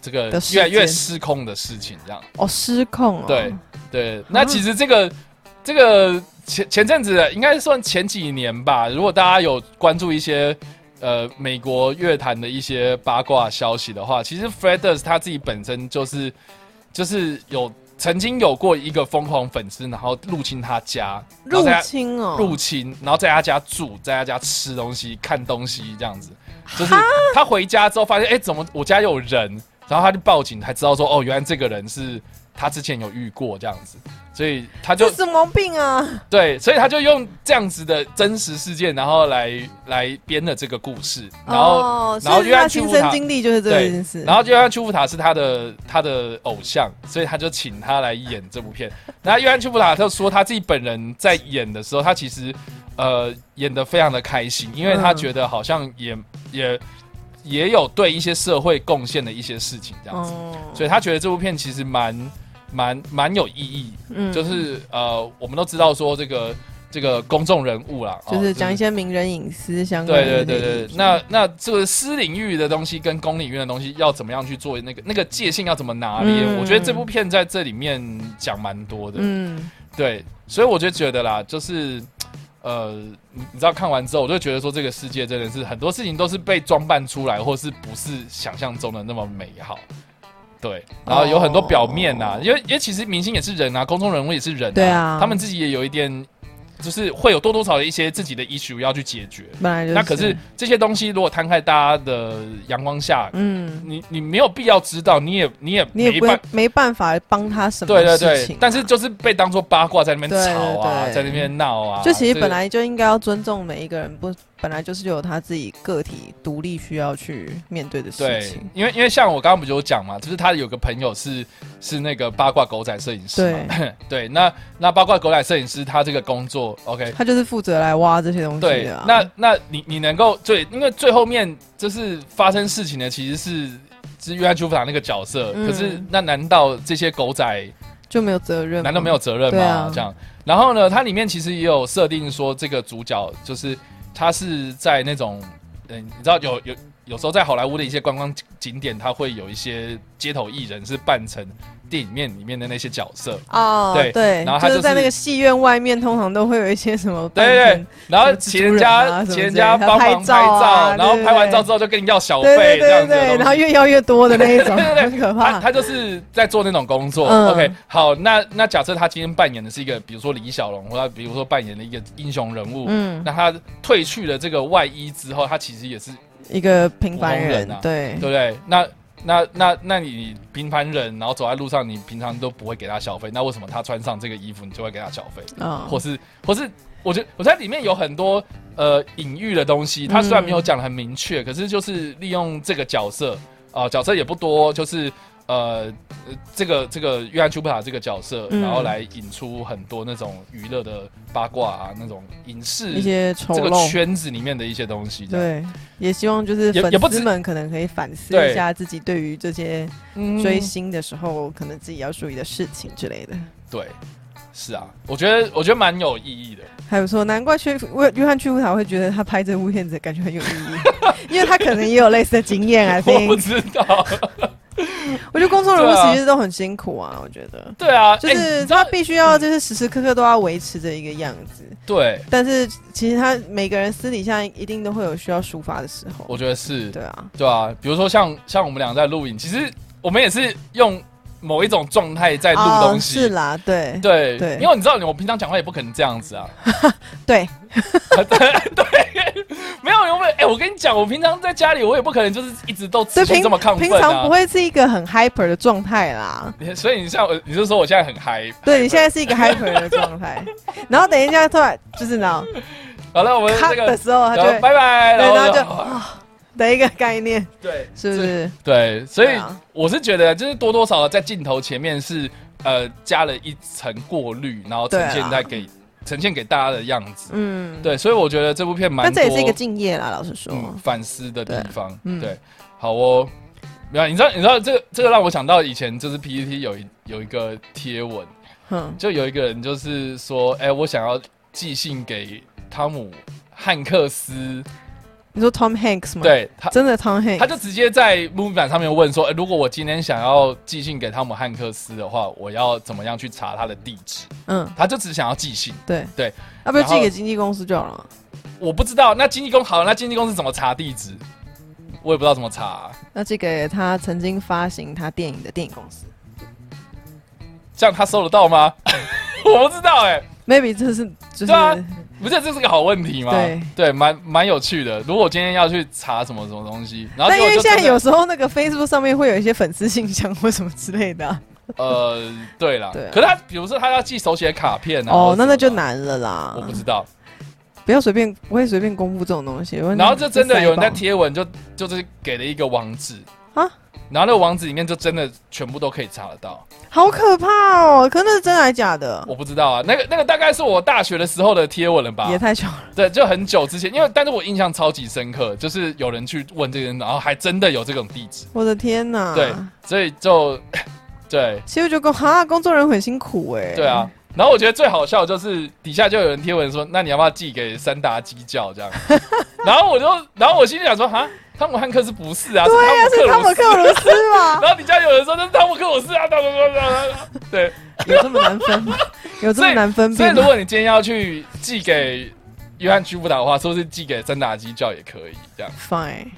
这个
的事
越来越
件
失控的事情，这样
哦失控哦，
对对。那其实这个这个前前阵子应该算前几年吧，如果大家有关注一些。呃，美国乐坛的一些八卦消息的话，其实 Freders 他自己本身就是就是有曾经有过一个疯狂粉丝，然后入侵他家，然后
入
在他
侵哦，
入侵，然后在他家住，在他家吃东西、看东西这样子。就是
哈
他回家之后发现，哎、怎么我家有人？然后他就报警，才知道说，哦，原来这个人是他之前有遇过这样子，所以他就
这什么病啊？
对，所以他就用这样子的真实事件，然后来来编了这个故事，然后、
哦、
然后
所以
约翰
他
屈
亲
服
身
他
经历就是这
对
件事。
然后约翰·丘普塔是他的他的偶像，所以他就请他来演这部片。那约翰·丘普塔就说他自己本人在演的时候，他其实呃演的非常的开心，因为他觉得好像也、也也有对一些社会贡献的一些事情这样子，
哦，
所以他觉得这部片其实蛮蛮蛮有意义。
嗯
就是呃，我们都知道说这个这个公众人物啦，哦
就是讲一些名人隐私相关
对对
的
对
那
对
个，
那那这个私领域的东西跟公领域的东西要怎么样去做那个那个界限要怎么拿捏？
嗯
我觉得这部片在这里面讲蛮多的，
嗯，
对，所以我就觉得啦，就是呃，你你知道看完之后，我就觉得说这个世界真的是很多事情都是被装扮出来，或是不是想象中的那么美好。对，然后有很多表面呐、
哦
因为因为其实明星也是人啊，公众人物也是人、
对啊
他们自己也有一点，就是会有多多少少的一些自己的 issue 要去解决。
本来就是。
那可是，这些东西，如果摊开大家的阳光下，
嗯，
你你没有必要知道，你也你也
你也
没
不
办
会没办法帮他什么
对对
事
对
情啊，
但是就是被当做八卦在那边吵啊，
对对对
在那边闹啊，
就其实
这
本来就应该要尊重每一个人，不本来就是有他自己个体独立需要去面对的事
对
情，。
因为因为像我刚刚不就有讲嘛，就是他有个朋友是是那个八卦狗仔摄影师嘛， 对，那那八卦狗仔摄影师他这个工作，OK，
他就是啊负责来挖这些东西
对
的啊。，
那那你你能够对，因为最后面就是发生事情的其实是是约翰·丘弗塔那个角色，
嗯
可是那难道这些狗仔？
就没有责任吗？
难道没有责任
嗯对
吗？
啊
这样，然后呢，它里面其实也有设定说，这个主角就是他是在那种，嗯，你知道有有有时候在好莱坞的一些观光景景点，他会有一些街头艺人是扮成电影面里面的那些角 色，
哦，
对
对，
然后他就是
是在那个戏院外面，通常都会有一些什么
对
半
对
成
对，然后
什么蜘蛛
请人家、
人啊什么
请人
之类的
家帮忙
还拍照啊
然后
对对
拍完照之后就跟你要小
对
费
对
这样
对
子的
对，
东
然后
西。
越要越多的那一 种，
对对对
很可
他
怕。
他就是在做那种工作、
嗯
o k 好，那那假设他今天扮演的是一个，比如说李小龙，或者比如说扮演了一个英雄人物，
嗯，
那他退去了这个外衣之后，他其实也是
一个平凡
普通
人
人啊，
对
对不对？那那那那你平凡人，然后走在路上，你平常都不会给他小费，那为什么他穿上这个衣服，你就会给他小费？
啊
或是或是，我觉得我在里面有很多呃隐喻的东西，他虽然没有讲的很明确，可是就是利用这个角色啊、角色也不多，就是。呃，呃这个这个约翰·丘普塔这个角色，
嗯
然后来引出很多那种娱乐的八卦啊，那种影视
一些丑
这个
陋。
圈子里面的一些东西。这样，
对，也希望就是
也
粉
也不
丝
止
们可能可以反思
对
一下自己对于这些
嗯
追星的时候，可能自己要注意的事情之类的。
对。是啊，我觉得我觉得蛮有意义的。
还不错，难怪去约约翰去乌塔会觉得他拍这部片子感觉很有意 义，因为他可能也有类似的经验啊。
我不
think
知道，
我觉得公众人
对啊
物其实都很辛苦啊，我觉得。
对啊，
就
哎你
是
知道
他必须要，就是时时刻刻都要维持着一个样子，
对，
但是其实他每个人私底下一定都会有需要抒发的时候
我。觉得是，
对啊，
对啊，比如说像像我们俩在录影，其实我们也是用某一种状态在录
哦
东西，
是啦，对
对
对
因为你知道，我平常讲话也不可能这样子啊，
对，
没有，有没有？哎、我跟你讲，我平常在家里，我也不可能就是一直都
所
持
以
续
平
这么亢奋、啊、
平常不会是一个很 hyper 的状态啦。
你所以你像我，你就说我现在很嗨。
对你现在 是一个 hyper 的状态，然后等一下突然就是 那种
好了，我们
咔
这
的
个，
时候，他就
然后
会
拜拜，
啊对，然后就
哦
啊的一个概念，
对，
是不是？
对，所以
对啊
我是觉得，就是多多少少在镜头前面是呃加了一层过滤，然后呈现在给、呈现给大家的样子。
啊嗯，。
对，所以我觉得这部片蛮
但
多
这也是一个敬业啦，老实说。
嗯反思的地方。
嗯
对，好哦。没有，你知道，你知道这个这个让我想到以前就是 PPT 有一有一个贴文，
哼，
就有一个人就是说，哎、我想要寄信给汤姆汉克斯，
嗯你说 Tom Hanks 吗？，
对他，
真的 Tom Hanks。
他就直接在 movie 版上面问说、呃如果我今天想要寄信给汤姆汉克斯的话，我要怎么样去查他的地址？
嗯，
他就只想要寄信，
对
对，
要不要
然后
寄给经纪公司就好了？
我不知道。那经纪公好，那经纪公司怎么查地址？我也不知道怎么查啊、
那寄给他曾经发行他电影的电影公司
这样他收得到吗？ 我不知道哎、
，maybe 这是就是
对啊不是这是个好问题吗？
对
蛮蛮有趣的。如果我今天要去查什么什么东西，然后结
但因
果
为
就
现在
真的
有时候那个 Facebook 上面会有一些粉丝信箱或什么之类的啊、
呃，对啦，
对啊
可是他比如说他要寄手写卡片啊，
哦，那那就
拿，
难了啦
我。不知道。
不要随便，不会随便公布这种东西。
然后就真的有人在
听，
贴文就，就是给了一个网址
啊
然后那个网址里面就真的全部都可以查得到。
好可怕哦！可那是真的还假的？
我不知道啊，那个那个大概是我大学的时候的贴文了吧
也？太巧了。
对，就很久之前，因为但是我印象超级深刻，就是有人去问这个人，然后还真的有这种地址，
我的天哪！
对，所以就对。
其实我觉得工哈工作人员很辛苦哎、
对啊，，然后我觉得最好笑的就是底下就有人贴文说，那你要不要寄给三达鸡叫这样？ 然后我就，然后我心里想说，哈，汤姆汉克斯不是啊，
对啊，
是
是
汤
汤
姆克
姆
鲁斯。
克鲁斯 吧？
然后底下有人说那是汤姆克鲁斯啊，汤姆克鲁斯啊，对。
有这么难分吗？有这么难分
所以
辨
如
吗？
果你今天要去寄给约翰屈布达的话，是不是寄给三达鸡叫也可以？这样
Fine。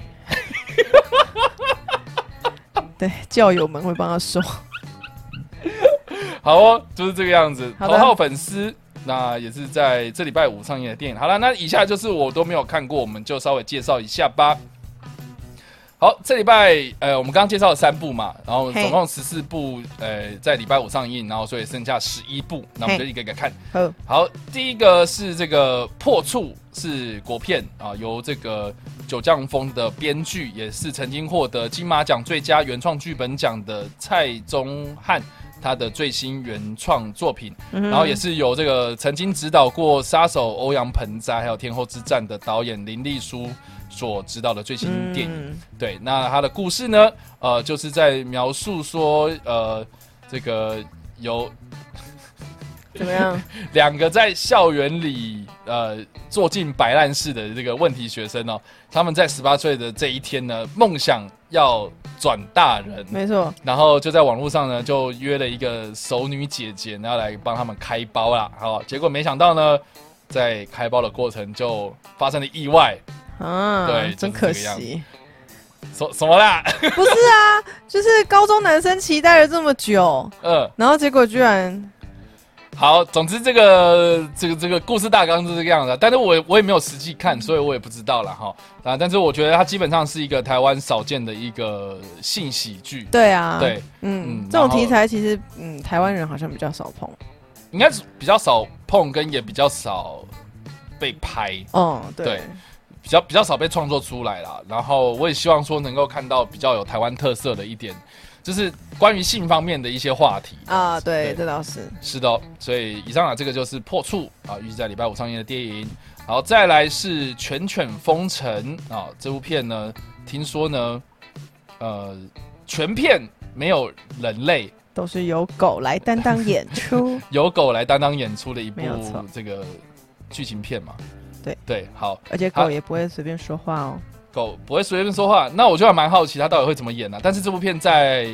对，教友们会帮他收。好
好哦，就是这个样子。
好的
头号粉丝。那也是在这礼拜五上映的电影。好了，那以下就是我都没有看过，我们就稍微介绍一下吧。好，这礼拜呃，我们刚刚介绍了三部嘛，然后
嘿
总共十四部，呃，在礼拜五上映，然后所以剩下十一部，那我们就一个一个看。
好，
好，第一个是这个《破处》，是国片啊，由这个九降风的编剧，也是曾经获得金马奖最佳原创剧本奖的蔡宗翰，他的最新原创作品。
然
然后也是由这个曾经指导过《杀手》《欧阳盆栽》还有《天后之战》的导演林立书所指导的最新电影。
嗯
对，那他的故事呢，呃，就是在描述说，呃，这个由
怎么 样？
两个在校园里呃做尽摆烂事的这个问题学生哦，他们在十八岁的这一天呢，梦想要转大人，
没错，
然后就在网络上呢就约了一个熟女姐姐，然后来帮他们开包啦。好、结果没想到呢，在开包的过程就发生了意外，
啊，
对就是
真
这
可
个样子
惜。
什什么啦？
不是啊，就是高中男生期待了这么久，
嗯，
然后结果居然
好，总之这个这个这个故事大纲是这个样子啊，但是我我也没有实际看，所以我也不知道了哈啊。但是我觉得它基本上是一个台湾少见的一个性喜剧，
对啊，
对，
嗯，
嗯
这种
然后
题材其实嗯，台湾人好像比较少碰。
应该是比较少碰，跟也比较少被拍，
哦，
对比较比较少被创作出来啦。然后我也希望说能够看到比较有台湾特色的一点，就是关于性方面的一些话题
啊，对，
对
这倒是。
是的哦，所以以上啊，这个就是《破处》啊，预计在礼拜五上映的电影。好，再来是《犬犬封尘》啊，这部片呢，听说呢，呃，全片没有人类，
都是由狗来担当演 出。
由狗来担当演出的一部
没有错
这个剧情片嘛。
对
对，好，
而且
好
狗也不会随便说话哦。
狗不会随便说话，那我就还蛮好奇它到底会怎么演呢、啊但是这部片在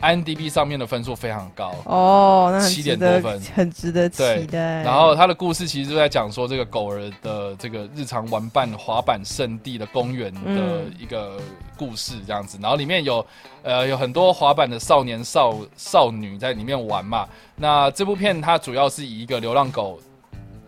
IMDB 上面的分数非常高，
哦，那很
7
值
点多
得
分，
很值得
对
期待。
然后它的故事其实就在讲说这个狗儿的这个日常玩伴滑板圣地的公园的
嗯
一个故事这样子，然后里面有呃有很多滑板的少年少少女在里面玩嘛。那这部片它主要是以一个流浪狗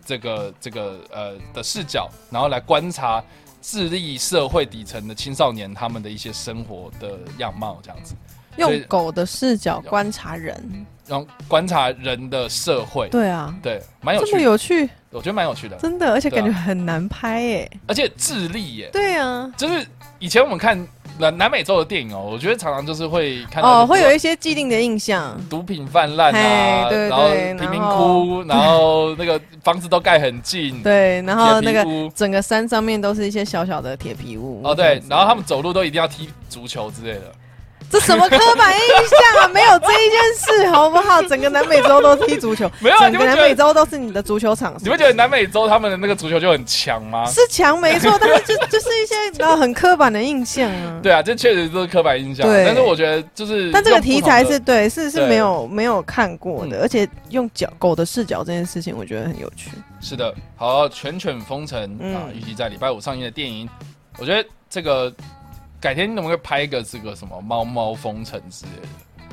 这个这个呃的视角，然后来观察智力社会底层的青少年他们的一些生活的样貌这样子，
用狗的视角观察人，
然后观察人的社会，
对啊，
对，蛮有
这
趣啊
么
的，
有趣，
我觉得蛮有趣的，
真的，而且
对啊
感觉很难拍耶。
而且智力耶。
对啊，
就是以前我们看南南美洲的电影哦，我觉得常常就是会看到
哦，会有
有
一些既定的印象。
毒品泛滥啊，
嘿对对
然后贫民 窟，然后那个房子都盖很近，
对，然后那
铁
个
皮屋。
整个山上面都是一些小小的铁皮屋。
哦，
这
对
样，子
然后他们走路都一定要踢足球之类的，
这什么刻板印象啊？没有这一件事，好不 好？整个南美洲都踢足球，
没有啊
整
你们
个
觉
南
得
美洲都是你的足球场。
你们觉啊得南美洲他们的那个足球就很强吗？
是强没错，但是就就是一些然后很刻板的印象啊。
对啊，这确实都是刻板印象。啊
对
但是我觉得就是，
但这个题材是对，是是
对
没有没有看过的，
嗯
而且用脚狗的视角这件事情，我觉得很有趣。
是的，好，《犬犬风尘》
嗯
啊，预计在礼拜五上映的电影，我觉得这个改天能不能拍一个这个什么猫猫风尘之类的，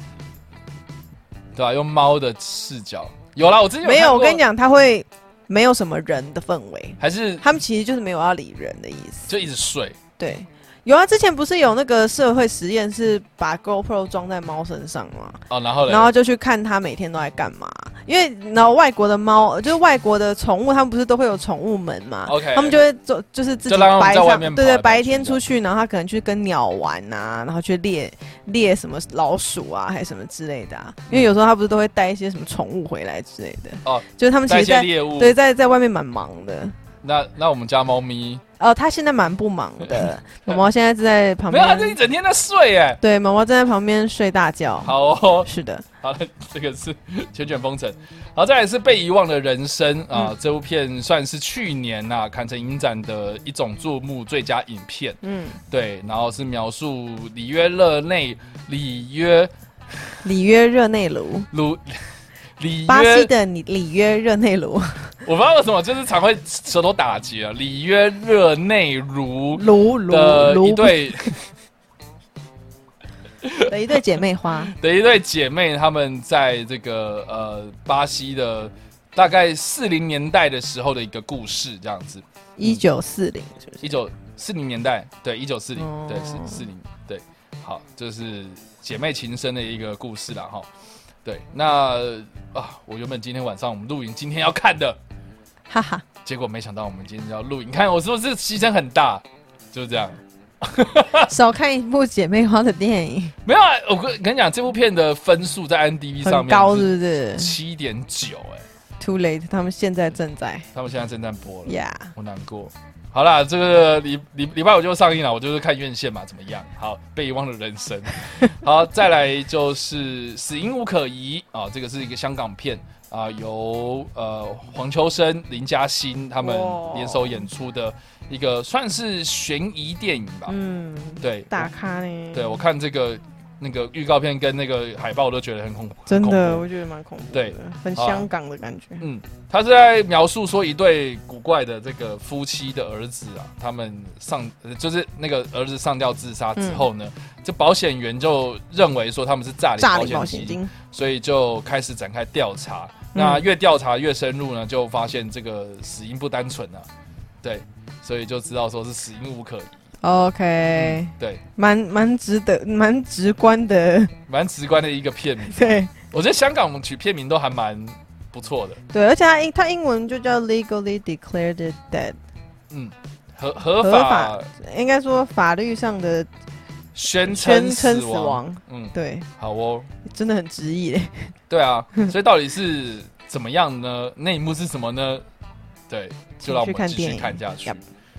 对吧、啊用猫的视角，有啦，我之前
没有，我跟你
讲，
讲，它会没有什么人的氛围，
还是
他们其实就是没有要理人的意思。
就一直睡，
对，有啊，之前不是有那个社会实验是把 GoPro 装在猫身上吗？
哦，然后呢，
然后就去看它每天都在干嘛，因为然后外国的猫，就是外国的宠物，它们不是都会有宠物门嘛
OK
他们就会做，就是自己
就让它们
白
在外
上，
面
对
跑来
对，
跑
白
去
天
这样
出去，然后它可能去跟鸟玩啊，然后去猎猎什么老鼠啊，还是什么之类的、啊，因为有时候它不是都会带一些什么宠物回来之类的，
哦，
就是它们其
带一
实
些
在
猎物，
对在在外面蛮忙的。
那那我们家猫咪
哦，它现在蛮不忙 的，毛毛现在正在旁
没有，它就
边，
一整天在睡哎。
对，毛毛正在旁边睡大觉。
好、哦，
是的，
好了，这个是《卷卷风尘》，好，再来是《被遗忘的人生》啊、
嗯
这部片算是去年呐、坎城影展的一种注目最佳影片，
嗯，
对，然后是描述里约热内里约
里约热内卢。
鲁 里
巴西
约，
的里里约热内卢
我不知道为什么就是常会舌头打结啊，里约热内卢
卢卢
的一
卢
对
的一对姐妹花，
的一对姐妹，她们在这个呃巴西的大概四零年代的时候的一个故事，这样子。
一九四零是不
一
是？
九四零年代，对，一九四零，
哦
对，四四零，对，好，这是姐妹情深的一个故事啦，哈，对，那啊，我原本今天晚上我们录影今天要看的，
哈哈，
结果没想到我们今天要录影，你看我是不是牺牲很大？就是这样，
少看一部姐妹花的电影，
没有、啊，我跟跟你讲，这部片的分数在 N D B 上
很
面
高是不是
七点九，哎，
？Too late，他们现在正在
他们现在正在播了，
呀。
我难过。好啦，这个礼礼礼拜五就上映了，我就是看院线嘛，怎么样？好，被遗忘的人生。 好，再来就是《死因无可疑》啊，这个是一个香港片啊，由呃黄秋生、林嘉欣他们
哇
联手演出的一个算是悬疑电影吧。
嗯，
对，
大咖呢？
啊对我看这个那个预告片跟那个海报，我都觉得很恐怖，
真
很恐
的
怖。
我觉得蛮恐怖的，
对，啊
很香港的感觉。
嗯，他是在描述说一对古怪的这个夫妻的儿子啊，他们上呃就是那个儿子上吊自杀之后呢，这保险员就认为说他们是嗯诈
炸
领
你
保
保
险
险
金，
金，
所以就开始展开调查。
嗯
那越调查越深入呢，就发现这个死因不单纯啊，对，所以就知道说是死因无可疑。
OK，
对，
蛮蛮值得，蛮直观的，
蛮直观的一个片 名。
对
我觉得香港取片名都还蛮不错的，
对，而且它英它英文就叫 Legally Declared Dead，
嗯，合合
合
法
法应该说法律上的
宣
宣
称
称
死
死
亡，
亡，
嗯，
对，
好哦。
真的很直译嘞。
对 啊，所以到底是怎么样呢？那一幕是什么呢？对，就让我
去
们
看
继续
电影
看下去
Yup。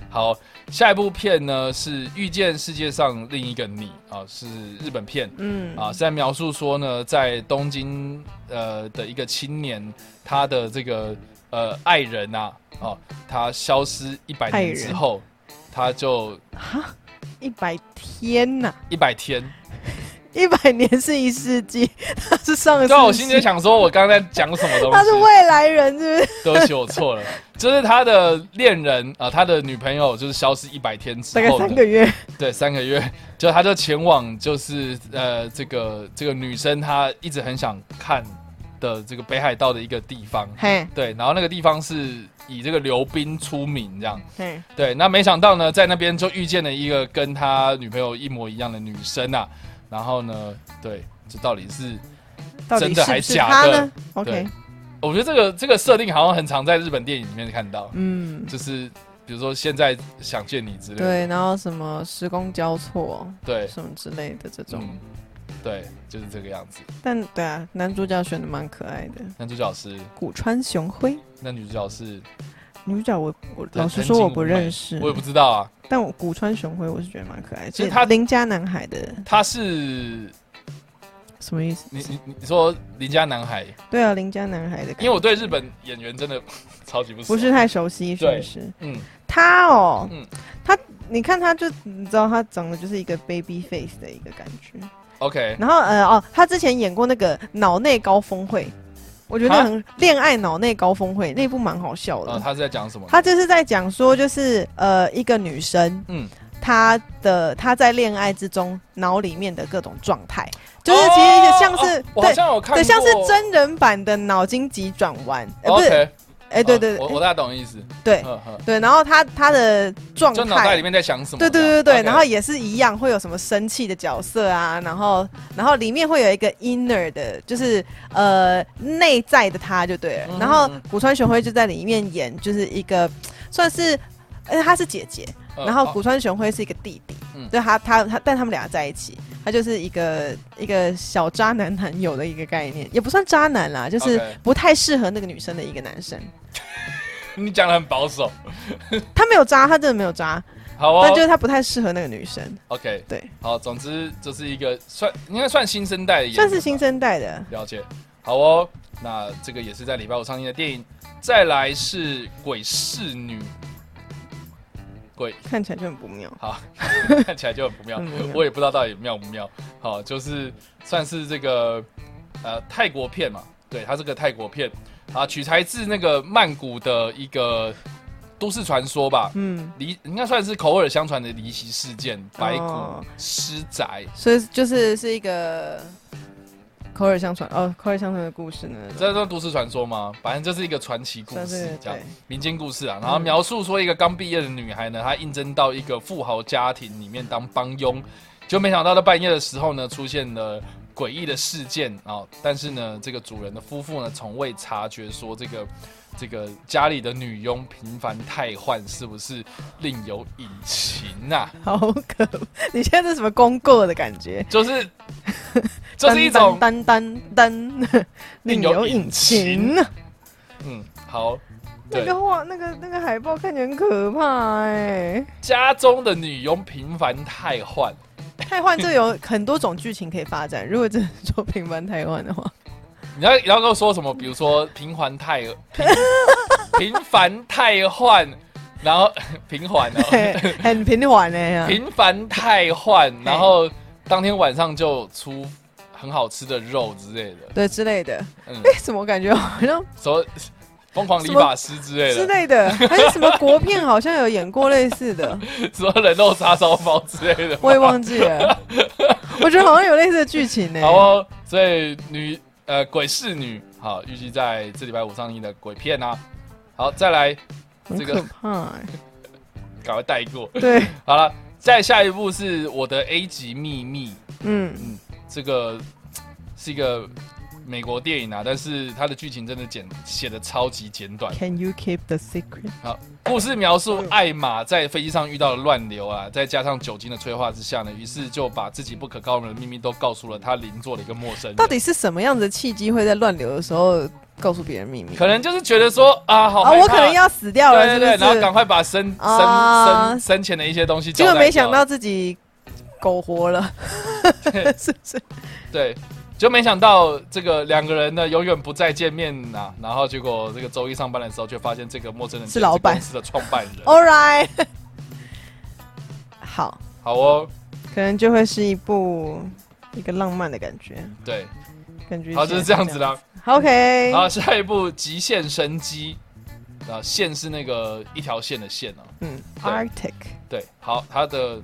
好，下一部片呢是《遇见世界上另一个你》啊，是日本片
嗯
啊，是在描述说呢，在东京呃的一个青年，他的这个呃爱人呐、啊，哦、他消失一百
爱
年
人
之后，他就
哈，一百天呐、
一百天。
一百年是一世纪， 他是上个世纪，
对啊，我心里在想说，我刚才在讲什么东西？
他是未来人，是不是？
对不起，我错了，就是他的恋人啊、呃他的女朋友就是消失一百天之
大概
后呢，
三个月，
对，三个月，就他就前往就是呃这个这个女生她一直很想看的这个北海道的一个地方，
嘿，
对，然后那个地方是以这个溜冰出名这样，
嘿，
对，那没想到呢，在那边就遇见了一个跟他女朋友一模一样的女生啊，然后呢，对，这到底是
到底
真的
是不
还
是
假
他
的
呢？OK，
对我觉得这个这个设定好像很常在日本电影里面看到，
嗯，
就是比如说现在想见你之类的，
对，然后什么时空交错，
对，
什么之类的这种，
嗯，对，就是这个样子。
但对啊，男主角选的蛮可爱的，
男主角是，
古川雄辉。
那女主角是，
女主角我我
对
老实
藤
说
井
我
舞
不
美
认识，
我也不知道啊。
但我古川雄辉我是觉得蛮可爱的，
其
是
实他
邻家男孩的
她是你
什么意思？
你你你说邻家男孩，
对啊，邻家男孩的感觉，
因为我对日本演员真的超级不熟。
不是，太熟悉，是不
对
是？
嗯，
他哦，
嗯
他你看他就你知道他长得就是一个 baby face 的一个感觉。
，OK，
然后呃哦，他之前演过那个脑内高峰会，我觉得
哈
很恋爱脑内高峰会那部蛮好笑的。
呃，他是在讲什么？
他就是在讲说，就是呃，一个女生，嗯
嗯，
她的她在恋爱之中脑里面的各种状态，就是其实也像是、
哦哦我好
对
像有看过，哦
对，像是真人版的脑筋急转弯，呃、不是，哎、
OK，
对
嗯
对
我
对
我大概懂意思。
对
嗯嗯
对，然后她她的状
就脑袋里
态。
面在想什么？
对对对对对，
这样
然后也是一样，会有什么生气的角色啊，然后然后里面会有一个 inner 的，就是呃内在的他就对了。
嗯
然后古川雄辉就在里面演，就是一个算是，呃她是姐姐，
OK，嗯
然后
好
古川雄辉是一个弟弟，
嗯
就他他他，但他们俩在一起，他就是一个一个小渣男男友的一个概念，也不算渣男啦，就是
OK
不太适合那个女生的一个男生。
你讲的很保守，
他没有渣，他真的没有渣，
好
但就
哦
是他不太适合那个女生，
，OK，
对，
好，总之就是一个算应该算新生代的演员吧，
算是新生代的。
了解，好哦。那这个也是在礼拜五上映的电影。再来是《鬼侍女
看起来就很不妙，》，
看起来就很不妙
很，不
我
妙。
也不知道到底妙不妙。好，就是算是这个呃泰国片嘛，对，它是个泰国片啊，取材自那个曼谷的一个都市传说吧。
嗯，
离应该算是口耳相传的离奇事件，白
哦
骨尸宅，
所以就是是一个口耳相传哦，口耳相传的故事呢，
这算都市传说吗？反正就是一个传奇故
算
事
是
这样
对。，
民间故事啊，然后描述说一个刚毕业的女孩呢，她应征到一个富豪家庭里面当帮佣，就没想到到半夜的时候呢，出现了诡异的事件啊、哦但是呢，这个主人的夫妇呢，从未察觉说这个这个家里的女佣频繁汰换是不是另有隐情啊？
好可，你现在是什么公过的感觉？
就是 就是一种
单单单单
另有隐 情。嗯，好，
那
对
个，画，那个那个海报看起来很可怕哎、
家中的女佣频繁汰换。
太换就有很多种剧情可以发展。如果真的说平凡太换的话，
你要你要跟我说什么？比如说平环太平 平凡太换，然后 平缓哦，
嘿很平缓哎呀。
平凡太换，然后当天晚上就出很好吃的肉之类的，
对之类的，
嗯，
哎、怎么感觉好像
什么疯狂理发师之类
之
的，
类的，还有什么国片好像有演过类似 的，
什么人肉叉烧包之类的，
我也忘记了。我觉得好像有类似的剧情呢、
好哦，所以女呃鬼侍女好，预计在这礼拜五上映的鬼片啊，好，再来
很
这个
可怕、欸。
赶快带过，
对，
好了，再下一步是我的 A 级秘密。
嗯，
这个是一个美国电影啊，但是它的剧情真的简写的超级简短。
Can you keep the secret？
故事描述艾玛在飞机上遇到了乱流啊，再加上酒精的催化之下呢，于是就把自己不可告人的秘密都告诉了她邻座的一个陌生人。
到底是什么样子的契机会在乱流的时候告诉别人秘密。
可能就是觉得说啊，好
啊，
害
我
怕
可能要死掉了，
对
是不
对对，然后
是
赶？快把生生
啊
生生前的一些东西交代
结
掉，啊
果没想到自己苟活了， 是不是？
对，就没想到这个两个人呢永远不再见面呐、然后结果这个周一上班的时候，就发现这个陌生人
是老板哦
公司的创办人。
All right，好，
好哦，
可能就会是一部一个浪漫的感觉，
对，
感觉
好就是这样子
的。
啦。
好 OK，
然后下一步《极限生机》，啊，线是那个一条线的线哦、
嗯
对
，Arctic，
对，好，它的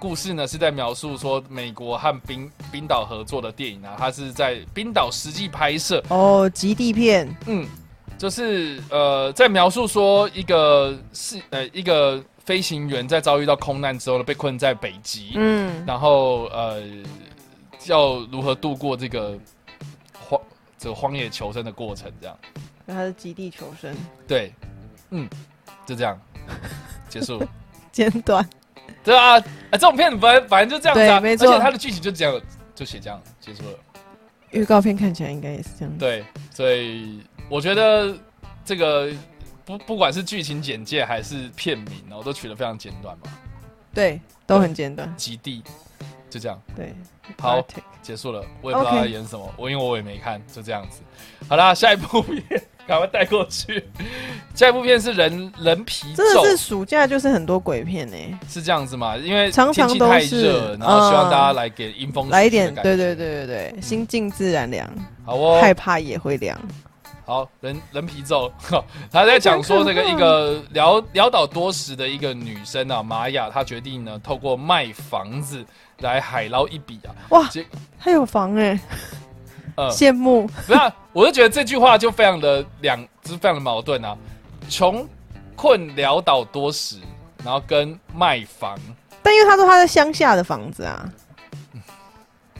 故事呢是在描述说美国和冰冰岛合作的电影啊，它是在冰岛实际拍摄，
哦，极地片，
嗯，就是呃，在描述说一个是呃一个飞行员在遭遇到空难之后呢，被困在北极，
嗯，
然后呃要如何度过这个荒这个荒野求生的过程，这样
然后它是极地求生，
对，嗯，就这样 结束。
简短，
对啊，啊这种片反正反正就这样子啊，
对没错
而且它的剧情就这样就写这样结束了。
预告片看起来应该也是这样。
对，所以我觉得这个不不管是剧情简介还是片名哦，都取得非常简短嘛，
对，都很简短。
极地就这样
对，
好
Arctic
结束了。我也不知道
OK
他演什么，我因为我也没看，就这样子。好啦，下一部片赶快带过去。 下一部片是人人皮
真的是
咒，
暑假就是很多鬼片欸呢、
是这样子嘛？因为
常
天
常
气
都
太
是
热了，然后希望
嗯
大家来给阴风
来一
习习的
点，
感觉
对对，对对对，心静自然凉，
好哦，
害怕也会凉。
好，人人皮咒， 他在讲说这个一
哎
个潦潦倒多时的一个女生啊，玛雅，她决定呢透过卖房子来海捞一笔啊。
哇
结，
还有房哎、
呃，
羡慕。
不是、啊，我就觉得这句话就非常的两，就是非常的矛盾啊。穷困潦倒多时，然后跟卖房，
但因为他说他在乡下的房子啊，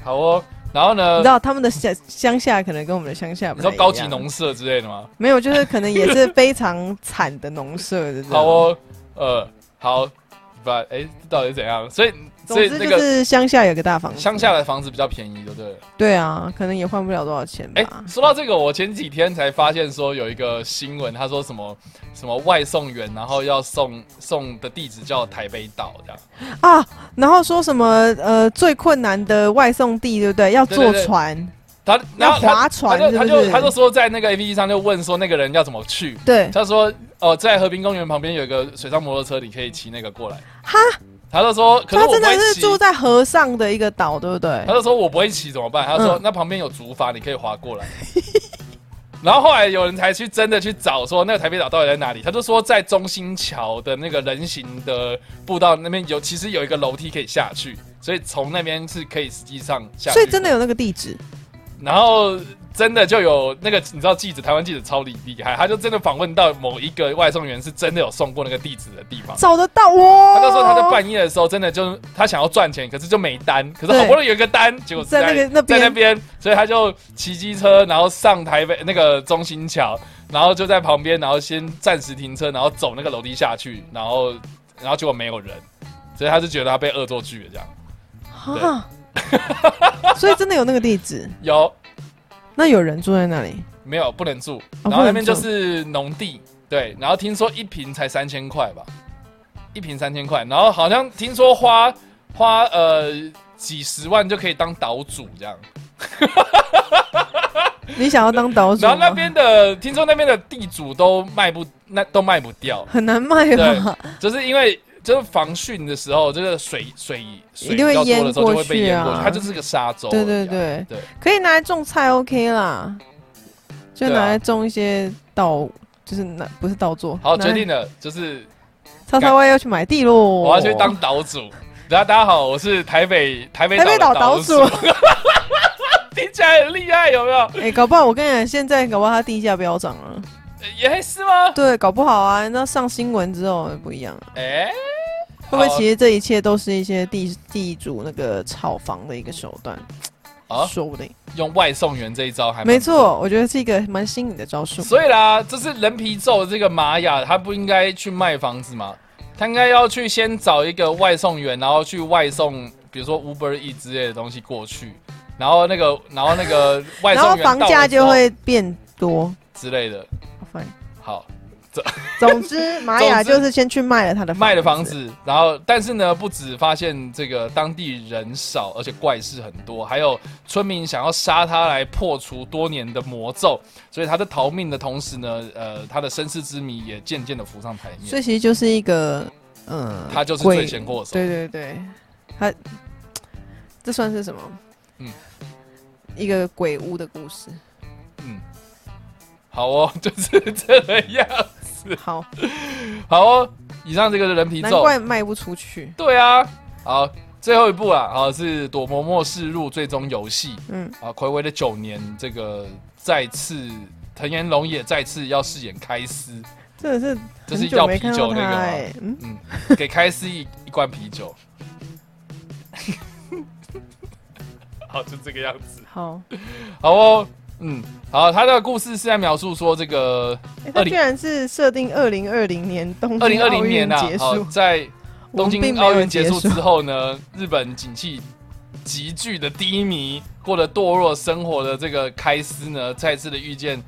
好哦。然后
你
呢
知，道他们的乡乡下可能跟我们的乡下不
你
太
说
一样
高级农舍之类的吗？
没有，就是可能也是非常惨的农舍的。
好，哦，呃，好，不，哎，到底是怎样？所以，
总
所以
之
那
就
个
是乡下有个大房子，
乡下的房子比较便宜，对不对了？
对啊，可能也换不了多少钱
哎、
吧。
说到这个，我前几天才发现说有一个新闻，他说什么什么外送员，然后要送送的地址叫台北岛这样。
啊，然后说什么呃最困难的外送地，对不对？要
对
坐
对对
船，
他然
要
后他
划船
他
是
就
不
他
是，
就他就说在那个 A P P 上就问说那个人要怎么去，
对，
他说哦、在河滨公园旁边有一个水上摩托车，你可以骑那个过来。
哈，
他就说可
他
是我
真
不
的
会
是
骑，
住在河上的一个岛，对不对
他？就说我不会骑怎么办？他说、
嗯
那旁边有竹筏，你可以划过来。 然后后来有人才去真的去找说那个台北岛到底在哪里，他就说在中心桥的那个人行的步道那边有，其实有一个楼梯可以下去，所以从那边是可以实际上下去。
所以真的，有那个地址，
然后真的就有那个你知道记者台湾记者超厉厉害，他就真的访问到某一个外送员是真的有送过那个地址的地方。
找得到哇！
他就说他在半夜的时候，真的就是他想要赚钱，可是就没单，可是好不容易有一个单，结果是
在那个
在
那边
那边，所以他就骑机车，然后上台北那个中心桥，然后就在旁边，然后先暂时停车，然后走那个楼梯下去，然后然后结果没有人，所以他就觉得他被恶作剧了这样。
啊，所以真的有那个地址，
有
那有人住在那里，
没有不能住？
哦
然后那
不
边
能
就
住
是农地，对，然后听说一瓶才三千块吧，一瓶三千块，然后好像听说花花呃几十万就可以当岛主这样。
你想要当岛主
然后那
吗
边的听说那边的地主都卖不那都卖不掉，
很难卖吧？
就是因为就是防汛的时候，这个水水水
一定会
比较多的时候
淹过
就会被淹过去，
去啊
它就是个沙洲而已啊。
对 对对
对，
可以拿来种菜，OK 啦，就
对啊
拿来种一些稻，就是那不是稻作。
好，
拿来
决定了，就是
叉叉 Y 要去买地喽，
我要去当岛主。大家大家好，我是台北台北
台北
岛
岛
的
岛
主，听起来很厉害，有没有？
哎、搞不好我跟你讲，现在搞不好它地价飙涨了。
也是吗？
对，搞不好啊，那上新闻之后不一样了。
哎，
会不会
好啊
其实这一切都是一些地地主那个炒房的一个手段？
啊
说不定。
用外送员这一招还蛮
没错，我觉得是一个蛮新颖的招数。
所以啦，这是人皮咒这个玛雅，他不应该去卖房子吗？他应该要去先找一个外送员，然后去外送，比如说 Uber E 之类的东西过去，然后那个，然后那个外
然后
送员
房
到了
价
之
就
后
会变多，
之类的。
好烦。
好，
总之，玛雅
总之
就是先去卖了他 的
卖了房，子，然后但是呢，不止发现这个当地人少，而且怪事很多，还有村民想要杀他来破除多年的魔咒，所以他在逃命的同时呢，呃，他的身世之谜也渐渐的浮上台
所
面。
以其实就是一个嗯，
他就是
鬼
罪嫌过手，
对对对，他这算是什么？
嗯，
一个鬼屋的故事。
嗯，好哦， 就是这样，
好，
好哦，以上这个是人皮
难
咒，
怪卖不出去。
对啊，好，最后一步啦，好是躲魔默示录最终游戏，
嗯，
啊，暌违了九年，这个再次藤原龙也再次要饰演开司，
真的是
这
很
是
久
要
没
啤
看到
酒
他
那个吗
哎、嗯，
嗯，给开司一一罐啤酒。好，就这个样子。
好，
好哦，嗯，好，他的故事是在描述说这个
哎他
20
居然是设定二零二零年东
二
京
零二
奥
零年
运
呐、啊
结，
好
束，
在
我
东
们并
京
没
奥
有
运结
结
束之后呢，日本景气急剧的低迷，过了堕落生活的这个开司呢，再次的遇见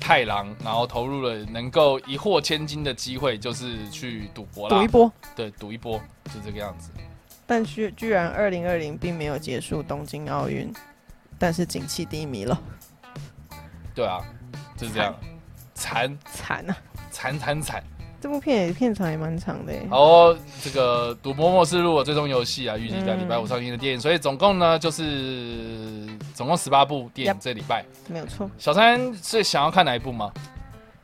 太郎，然后投入了能够一获千金的机会，就是去赌博啦，
赌一波，
对，赌一波，就这个样子。
但居居然二零二零并没有结束东京奥运，但是景气低迷了，
对啊，就是这样，惨
惨啊！
惨惨惨。
这部片也片长也蛮长的、欸，
好、哦，这个《赌博默示录》的最终游戏啊，预计在
嗯
礼拜五上映的电影，所以总共呢就是总共十八部电影
Yep
这礼拜。
没有错。
小三是想要看哪一部吗？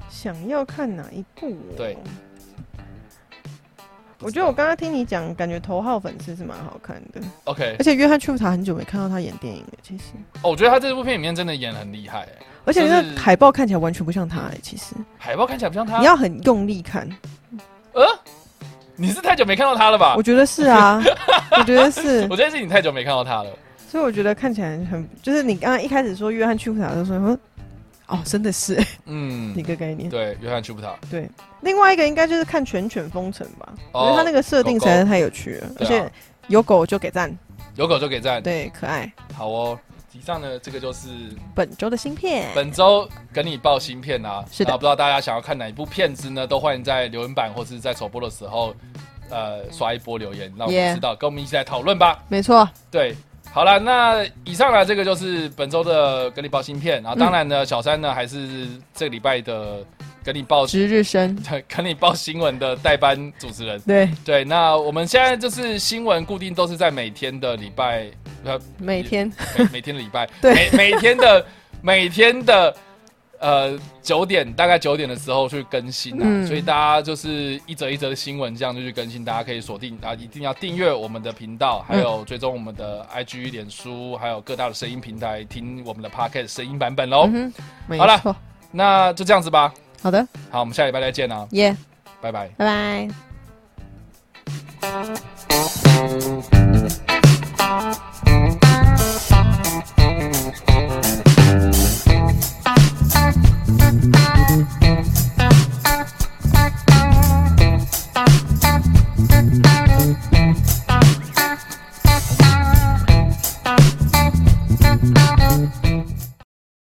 想要看哪一部、哦？
对，
我觉得我刚刚听你讲，感觉头号粉丝是蛮好看的，
OK
而且约翰·丘塔很久没看到他演电影了，其实，
哦，我觉得他这部片里面真的演得很厉害、欸，
而且那
就是
海报看起来完全不像他、哎，其实
海报看起来不像他。
你要很用力看，
呃，你是太久没看到他了吧
我？觉得是 啊，我觉得是
我，觉得是你太久没看到他了。
所以我觉得看起来很，就是你刚刚一开始说约翰·丘塔的时候，我说哦，真 的是
嗯
一，个概念。
对，约翰·丘普塔，
另外一个应该就是看《全犬封城》吧，
哦
因为他那个设定实在是太有趣了，
狗啊嗯
而且有狗就给赞，
有狗就给赞。
对，可爱。
好哦，以上呢，这个就是
本周的芯片，
本周跟你报新片啊。
是的
然后不知道大家想要看哪一部片子呢？都欢迎在留言板或是在首播的时候，呃，刷一波留言，让我们
Yeah
知道跟我们一起来讨论吧。
没错，
对，好了，那以上呢，这个就是本周的跟你报芯片，然后当然呢，小三呢还是这个礼拜的跟你报
值日生，
跟你报新闻的代班主持人。
对，
对，那我们现在就是新闻固定都是在每天的礼拜，呃，
每天
每 每天的礼拜，
对
每每天的 每天的。呃，九点大概九点的时候去更新啊，
嗯
所以大家就是一则一则的新闻这样就去更新，大家可以锁定啊，一定要订阅我们的频道，还
嗯
有追踪我们的 IG、脸书，还有各大的声音平台听我们的 Podcast 声音版本喽。
嗯哼，没
好啦
错，
那就这样子吧，
好的，
好，我们下礼拜再见啊，
耶，
拜拜。
拜拜。